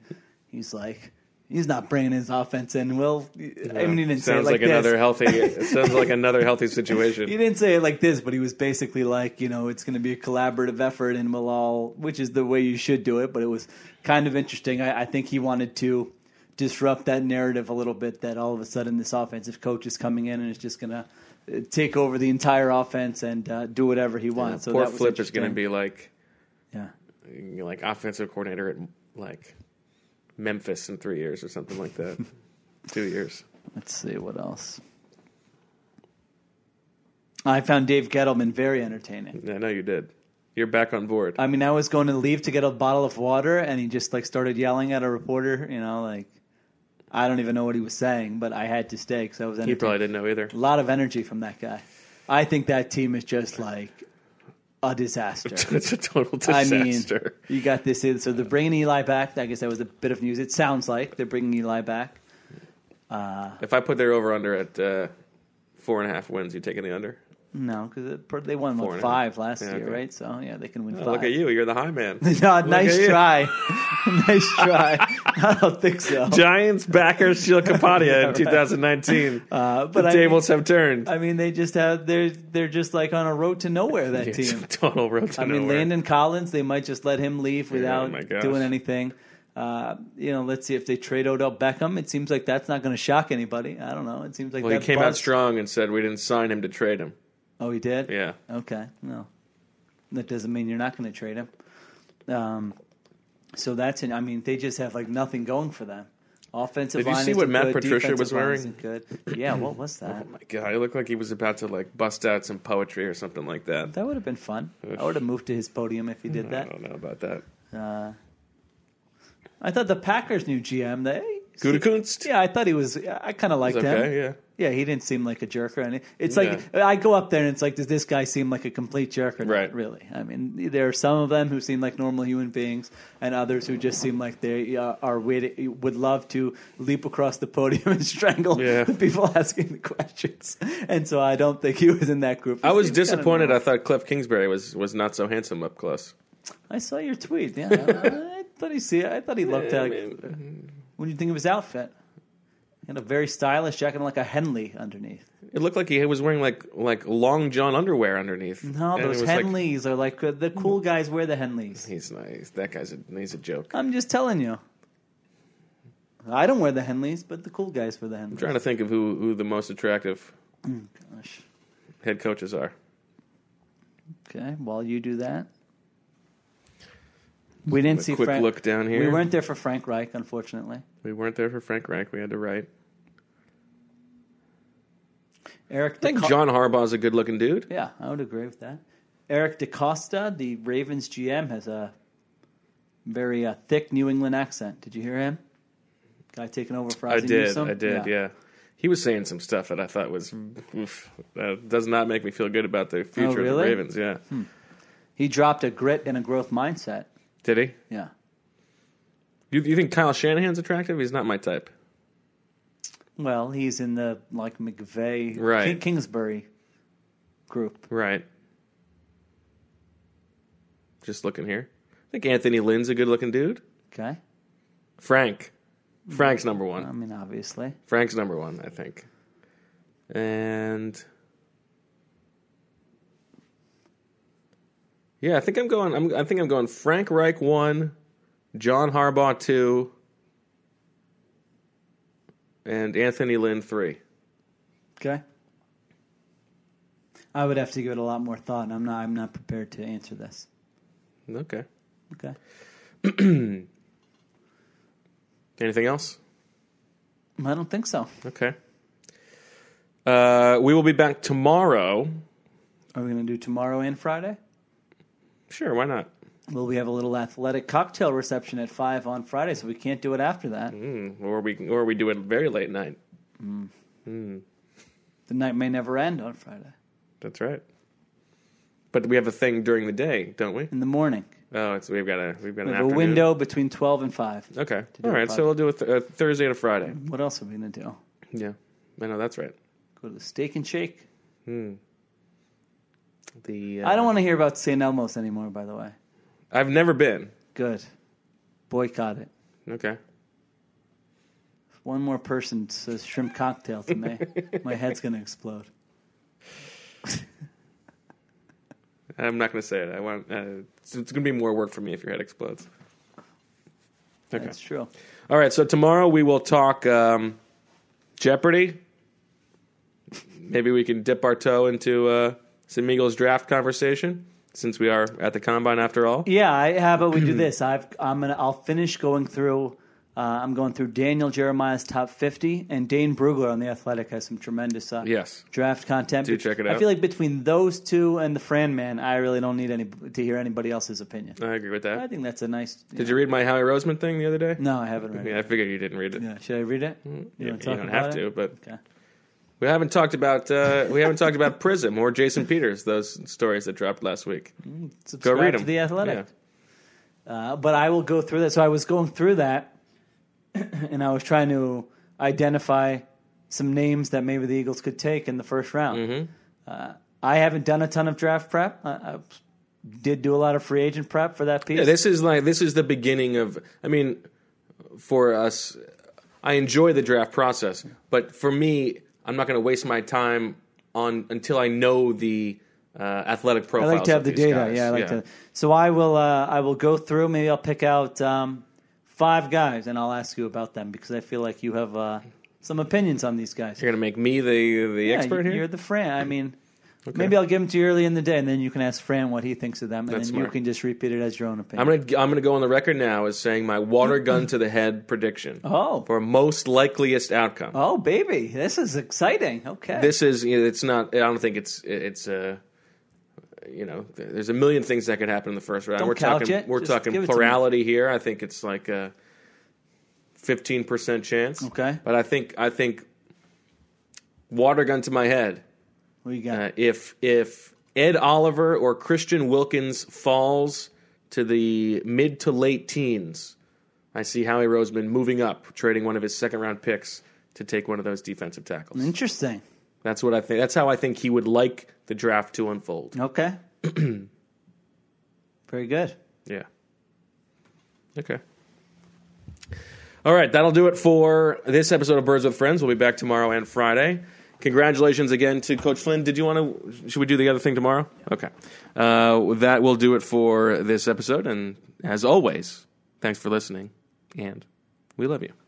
[SPEAKER 2] He's like, he's not bringing his offense in. Well, I mean, he didn't say it
[SPEAKER 5] sounds
[SPEAKER 2] like,
[SPEAKER 5] like, another
[SPEAKER 2] this.
[SPEAKER 5] healthy. It sounds like another healthy situation.
[SPEAKER 2] He didn't say it like this, but he was basically like, you know, it's going to be a collaborative effort and we'll all, which is the way you should do it. But it was kind of interesting. I, I think he wanted to disrupt that narrative a little bit that all of a sudden this offensive coach is coming in and is just going to take over the entire offense and uh, do whatever he
[SPEAKER 5] Yeah,
[SPEAKER 2] wants. so
[SPEAKER 5] Poor
[SPEAKER 2] that was
[SPEAKER 5] Flip is going to
[SPEAKER 2] interesting.
[SPEAKER 5] be like
[SPEAKER 2] Yeah.
[SPEAKER 5] you know, like offensive coordinator at like Memphis in three years or something like that. Two years.
[SPEAKER 2] Let's see what else. I found Dave Gettleman very entertaining.
[SPEAKER 5] I know you did. You're back on board.
[SPEAKER 2] I mean, I was going to leave to get a bottle of water, and he just like started yelling at a reporter. You know, like I don't even know what he was saying, but I had to stay because I was.
[SPEAKER 5] you
[SPEAKER 2] entertained.
[SPEAKER 5] probably didn't know either.
[SPEAKER 2] A lot of energy from that guy. I think that team is just like a disaster.
[SPEAKER 5] it's a total
[SPEAKER 2] I
[SPEAKER 5] disaster.
[SPEAKER 2] mean, you got this. in. So they're bringing Eli back. I guess that was a bit of news. It sounds like they're bringing Eli back.
[SPEAKER 5] If I put their over under at uh, four and a half wins, you taking the under?
[SPEAKER 2] No, because they won
[SPEAKER 5] Four
[SPEAKER 2] what,
[SPEAKER 5] and a half.
[SPEAKER 2] five last
[SPEAKER 5] Yeah,
[SPEAKER 2] year,
[SPEAKER 5] okay.
[SPEAKER 2] right? So yeah, they can win
[SPEAKER 5] Oh,
[SPEAKER 2] five.
[SPEAKER 5] look at you, you're the high man.
[SPEAKER 2] No,
[SPEAKER 5] Look at
[SPEAKER 2] nice
[SPEAKER 5] you.
[SPEAKER 2] try. nice try. I don't think so.
[SPEAKER 5] Giants backer Sheila Kapadia
[SPEAKER 2] Yeah,
[SPEAKER 5] in
[SPEAKER 2] right.
[SPEAKER 5] 2019.
[SPEAKER 2] Uh,
[SPEAKER 5] the
[SPEAKER 2] but I mean,
[SPEAKER 5] tables have turned.
[SPEAKER 2] I mean, they just have they're they're just like on a road to nowhere. That
[SPEAKER 5] It's
[SPEAKER 2] team.
[SPEAKER 5] a total road to
[SPEAKER 2] I mean,
[SPEAKER 5] nowhere.
[SPEAKER 2] Landon Collins. They might just let him leave without
[SPEAKER 5] my gosh.
[SPEAKER 2] doing anything. Uh, you know, let's see if they trade Odell Beckham. It seems like that's not going to shock anybody. I don't know. It seems like
[SPEAKER 5] well, he
[SPEAKER 2] that
[SPEAKER 5] came out
[SPEAKER 2] buzz-
[SPEAKER 5] strong and said we didn't sign him to trade him.
[SPEAKER 2] Oh, he did.
[SPEAKER 5] Yeah,
[SPEAKER 2] Okay. No, that doesn't mean you're not going to trade him. Um, so that's an, I mean, they just have like nothing going for them. Offensive
[SPEAKER 5] Did you
[SPEAKER 2] line
[SPEAKER 5] see
[SPEAKER 2] isn't
[SPEAKER 5] what Matt
[SPEAKER 2] good,
[SPEAKER 5] Patricia was
[SPEAKER 2] defensive line
[SPEAKER 5] wearing? Oh
[SPEAKER 2] isn't Good. Yeah. What was that?
[SPEAKER 5] my God, he looked like he was about to like bust out some poetry or something like that.
[SPEAKER 2] That would have been fun. I would have moved to his podium if he did
[SPEAKER 5] I
[SPEAKER 2] that.
[SPEAKER 5] don't know about that.
[SPEAKER 2] Uh, I thought the Packers' new GM. They
[SPEAKER 5] Gutekunst.
[SPEAKER 2] yeah, I thought he was. I kind of liked him.
[SPEAKER 5] Okay, yeah.
[SPEAKER 2] Yeah, he didn't seem like a jerk or anything. It's like
[SPEAKER 5] Yeah.
[SPEAKER 2] I go up there and it's like, does this guy seem like a complete jerk or not?
[SPEAKER 5] Right.
[SPEAKER 2] Really? I mean, there are some of them who seem like normal human beings, and others who just seem like they uh, are wait- would love to leap across the podium and strangle
[SPEAKER 5] Yeah.
[SPEAKER 2] the people asking the questions. And so I don't think he was in that group. He
[SPEAKER 5] I was
[SPEAKER 2] seemed kinda
[SPEAKER 5] disappointed.
[SPEAKER 2] normal.
[SPEAKER 5] I thought Cliff Kingsbury was was not so handsome up close.
[SPEAKER 2] I saw your tweet. Yeah, I thought he see. I thought he looked
[SPEAKER 5] Yeah, I
[SPEAKER 2] like.
[SPEAKER 5] mean,
[SPEAKER 2] What do you think of his outfit? and a very stylish jacket, and like a Henley underneath.
[SPEAKER 5] It looked like he was wearing like like long john underwear underneath.
[SPEAKER 2] No,
[SPEAKER 5] And it
[SPEAKER 2] those
[SPEAKER 5] was like-
[SPEAKER 2] Henleys are like uh, the cool guys wear the Henleys.
[SPEAKER 5] he's nice. That guy's a he's a joke. I'm
[SPEAKER 2] I'm just telling you. I don't wear the Henleys, but the cool guys wear the Henleys.
[SPEAKER 5] trying to think of who who the most attractive
[SPEAKER 2] Oh, Gosh.
[SPEAKER 5] head coaches are.
[SPEAKER 2] Okay, while you do that, we didn't
[SPEAKER 5] A
[SPEAKER 2] see
[SPEAKER 5] quick
[SPEAKER 2] Frank.
[SPEAKER 5] look down here.
[SPEAKER 2] We weren't there for Frank Reich, unfortunately.
[SPEAKER 5] We weren't there for Frank Reich. We had to write.
[SPEAKER 2] Eric,
[SPEAKER 5] I think John Harbaugh's a good looking dude.
[SPEAKER 2] Yeah, I would agree with that. Eric DaCosta, the Ravens GM, has a very uh, thick New England accent. Did you hear him? Guy taking over for
[SPEAKER 5] I
[SPEAKER 2] Ozzie
[SPEAKER 5] did.
[SPEAKER 2] Newsome?
[SPEAKER 5] I did. Yeah. He was saying some stuff that I thought was oof, that does not make me feel good about the future of the
[SPEAKER 2] Oh, really? Hmm.
[SPEAKER 5] Ravens. Yeah.
[SPEAKER 2] He dropped a grit and a growth mindset.
[SPEAKER 5] Did he?
[SPEAKER 2] Yeah.
[SPEAKER 5] You, you think Kyle Shanahan's attractive? He's not my type.
[SPEAKER 2] Well, he's in the like McVeigh,
[SPEAKER 5] Right.
[SPEAKER 2] King- Kingsbury group.
[SPEAKER 5] Right. Just looking here. I think Anthony Lynn's a good looking dude.
[SPEAKER 2] Okay.
[SPEAKER 5] Frank. Frank's number one.
[SPEAKER 2] I mean, obviously.
[SPEAKER 5] Frank's number one, I think. And yeah, I think I'm going. I'm, I think I'm going. Frank Reich one, John Harbaugh two, and Anthony Lynn three.
[SPEAKER 2] Okay. I would have to give it a lot more thought, and I'm not. I'm not prepared to answer this.
[SPEAKER 5] Okay.
[SPEAKER 2] Okay.
[SPEAKER 5] Anything else?
[SPEAKER 2] I don't think so.
[SPEAKER 5] Okay. Uh, we will be back tomorrow.
[SPEAKER 2] Are we going to do tomorrow and Friday?
[SPEAKER 5] Sure, why not?
[SPEAKER 2] Well, we have a little athletic cocktail reception at five on Friday, so we can't do it after that.
[SPEAKER 5] Mm-hmm. Hmm, Or we can, or we do it very late night.
[SPEAKER 2] The night may never end on Friday.
[SPEAKER 5] That's right. But we have a thing during the day, don't we?
[SPEAKER 2] In the morning,
[SPEAKER 5] Oh, it's we've got a we've got
[SPEAKER 2] we
[SPEAKER 5] an
[SPEAKER 2] have
[SPEAKER 5] afternoon.
[SPEAKER 2] a window between twelve and five.
[SPEAKER 5] Okay.
[SPEAKER 2] do
[SPEAKER 5] All
[SPEAKER 2] a Mm-hmm.
[SPEAKER 5] right.
[SPEAKER 2] pod-
[SPEAKER 5] So we'll do it th- uh, Thursday to Friday.
[SPEAKER 2] What else are we going to do?
[SPEAKER 5] Yeah. I know that's right.
[SPEAKER 2] Go to the Steak and Shake.
[SPEAKER 5] The uh,
[SPEAKER 2] I don't want to hear about St. Elmo's anymore. By the way,
[SPEAKER 5] I've never been.
[SPEAKER 2] good. Boycott it.
[SPEAKER 5] Okay.
[SPEAKER 2] If one more person says shrimp cocktail to me, my head's going to explode.
[SPEAKER 5] I'm not going to say it. I want. Uh, it's it's going to be more work for me if your head explodes. Okay.
[SPEAKER 2] That's true.
[SPEAKER 5] All right. So tomorrow we will talk um, Jeopardy. Maybe we can dip our toe into uh, some Eagles draft conversation since we are at the combine after all.
[SPEAKER 2] Yeah, I, how about we do this? I've, I'm gonna, I'll finish going through. Uh, I'm going through Daniel Jeremiah's top 50, and Dane Brugler on the Athletic has some tremendous uh,
[SPEAKER 5] Yes.
[SPEAKER 2] draft content.
[SPEAKER 5] Do check it
[SPEAKER 2] I
[SPEAKER 5] out.
[SPEAKER 2] feel like between those two and the Fran man, I really don't need any to hear anybody else's opinion.
[SPEAKER 5] I agree with
[SPEAKER 2] I
[SPEAKER 5] that.
[SPEAKER 2] think that's a nice.
[SPEAKER 5] Did you read my Howie Roseman thing the other day?
[SPEAKER 2] No, I haven't read
[SPEAKER 5] Yeah, I
[SPEAKER 2] it.
[SPEAKER 5] figured you didn't read it.
[SPEAKER 2] Yeah, should I read it?
[SPEAKER 5] You,
[SPEAKER 2] wanna
[SPEAKER 5] you
[SPEAKER 2] talk
[SPEAKER 5] don't
[SPEAKER 2] about
[SPEAKER 5] have
[SPEAKER 2] it?
[SPEAKER 5] to, but
[SPEAKER 2] Okay.
[SPEAKER 5] we haven't talked about uh, we haven't talked about Prism or Jason Peters. Those stories that dropped last week.
[SPEAKER 2] Subscribe
[SPEAKER 5] read
[SPEAKER 2] to
[SPEAKER 5] 'em.
[SPEAKER 2] the Athletic. Uh, but I will go through that. So I was going through that, and I was trying to identify some names that maybe the Eagles could take in the first round.
[SPEAKER 5] Mm-hmm.
[SPEAKER 2] Uh, I haven't done a ton of draft prep. I, I did do a lot of free agent prep for that piece.
[SPEAKER 5] Yeah, this is like this is the beginning of. I mean, for us, I enjoy the draft process, but for me, I'm not going to waste my time on until I know the uh, athletic
[SPEAKER 2] I
[SPEAKER 5] profiles.
[SPEAKER 2] like to have
[SPEAKER 5] of
[SPEAKER 2] the
[SPEAKER 5] these
[SPEAKER 2] data.
[SPEAKER 5] guys.
[SPEAKER 2] Yeah, I like to. So I will. Uh, I will go through. Maybe I'll pick out um, five guys, and I'll ask you about them because I feel like you have uh, some opinions on these guys.
[SPEAKER 5] You're going to make me the the
[SPEAKER 2] Yeah,
[SPEAKER 5] expert
[SPEAKER 2] you-
[SPEAKER 5] here.
[SPEAKER 2] You're the Fran. I mean, maybe I'll give them to you early in the day, and then you can ask Fran what he thinks of them, and
[SPEAKER 5] That's
[SPEAKER 2] then you
[SPEAKER 5] smart.
[SPEAKER 2] can just repeat it as your own opinion.
[SPEAKER 5] I'm gonna I'm gonna go on the record now as saying my water gun to the head prediction
[SPEAKER 2] oh,
[SPEAKER 5] for most likeliest outcome.
[SPEAKER 2] oh, baby, this is exciting. Okay,
[SPEAKER 5] this is you know, it's not i don't think it's it's uh you know there's a million things that could happen in the first round
[SPEAKER 2] Don't
[SPEAKER 5] we're
[SPEAKER 2] couch
[SPEAKER 5] talking
[SPEAKER 2] it.
[SPEAKER 5] we're
[SPEAKER 2] Just give
[SPEAKER 5] talking
[SPEAKER 2] it to me.
[SPEAKER 5] plurality here i think it's like a 15% chance
[SPEAKER 2] Okay.
[SPEAKER 5] but i think i think water gun to my head
[SPEAKER 2] we got
[SPEAKER 5] uh, if if ed oliver or christian wilkins falls to the mid to late teens i see howie roseman moving up trading one of his second round picks to take one of those defensive tackles
[SPEAKER 2] interesting.
[SPEAKER 5] that's what I think. That's how I think he would like the draft to unfold.
[SPEAKER 2] Okay, very good.
[SPEAKER 5] Yeah. Okay. All right, that'll do it for this episode of Birds with Friends. We'll be back tomorrow and Friday. Congratulations again to Coach Flynn. Did you want to? Should we do the other thing tomorrow? Okay. Uh, that will do it for this episode. And as always, thanks for listening. And we love you.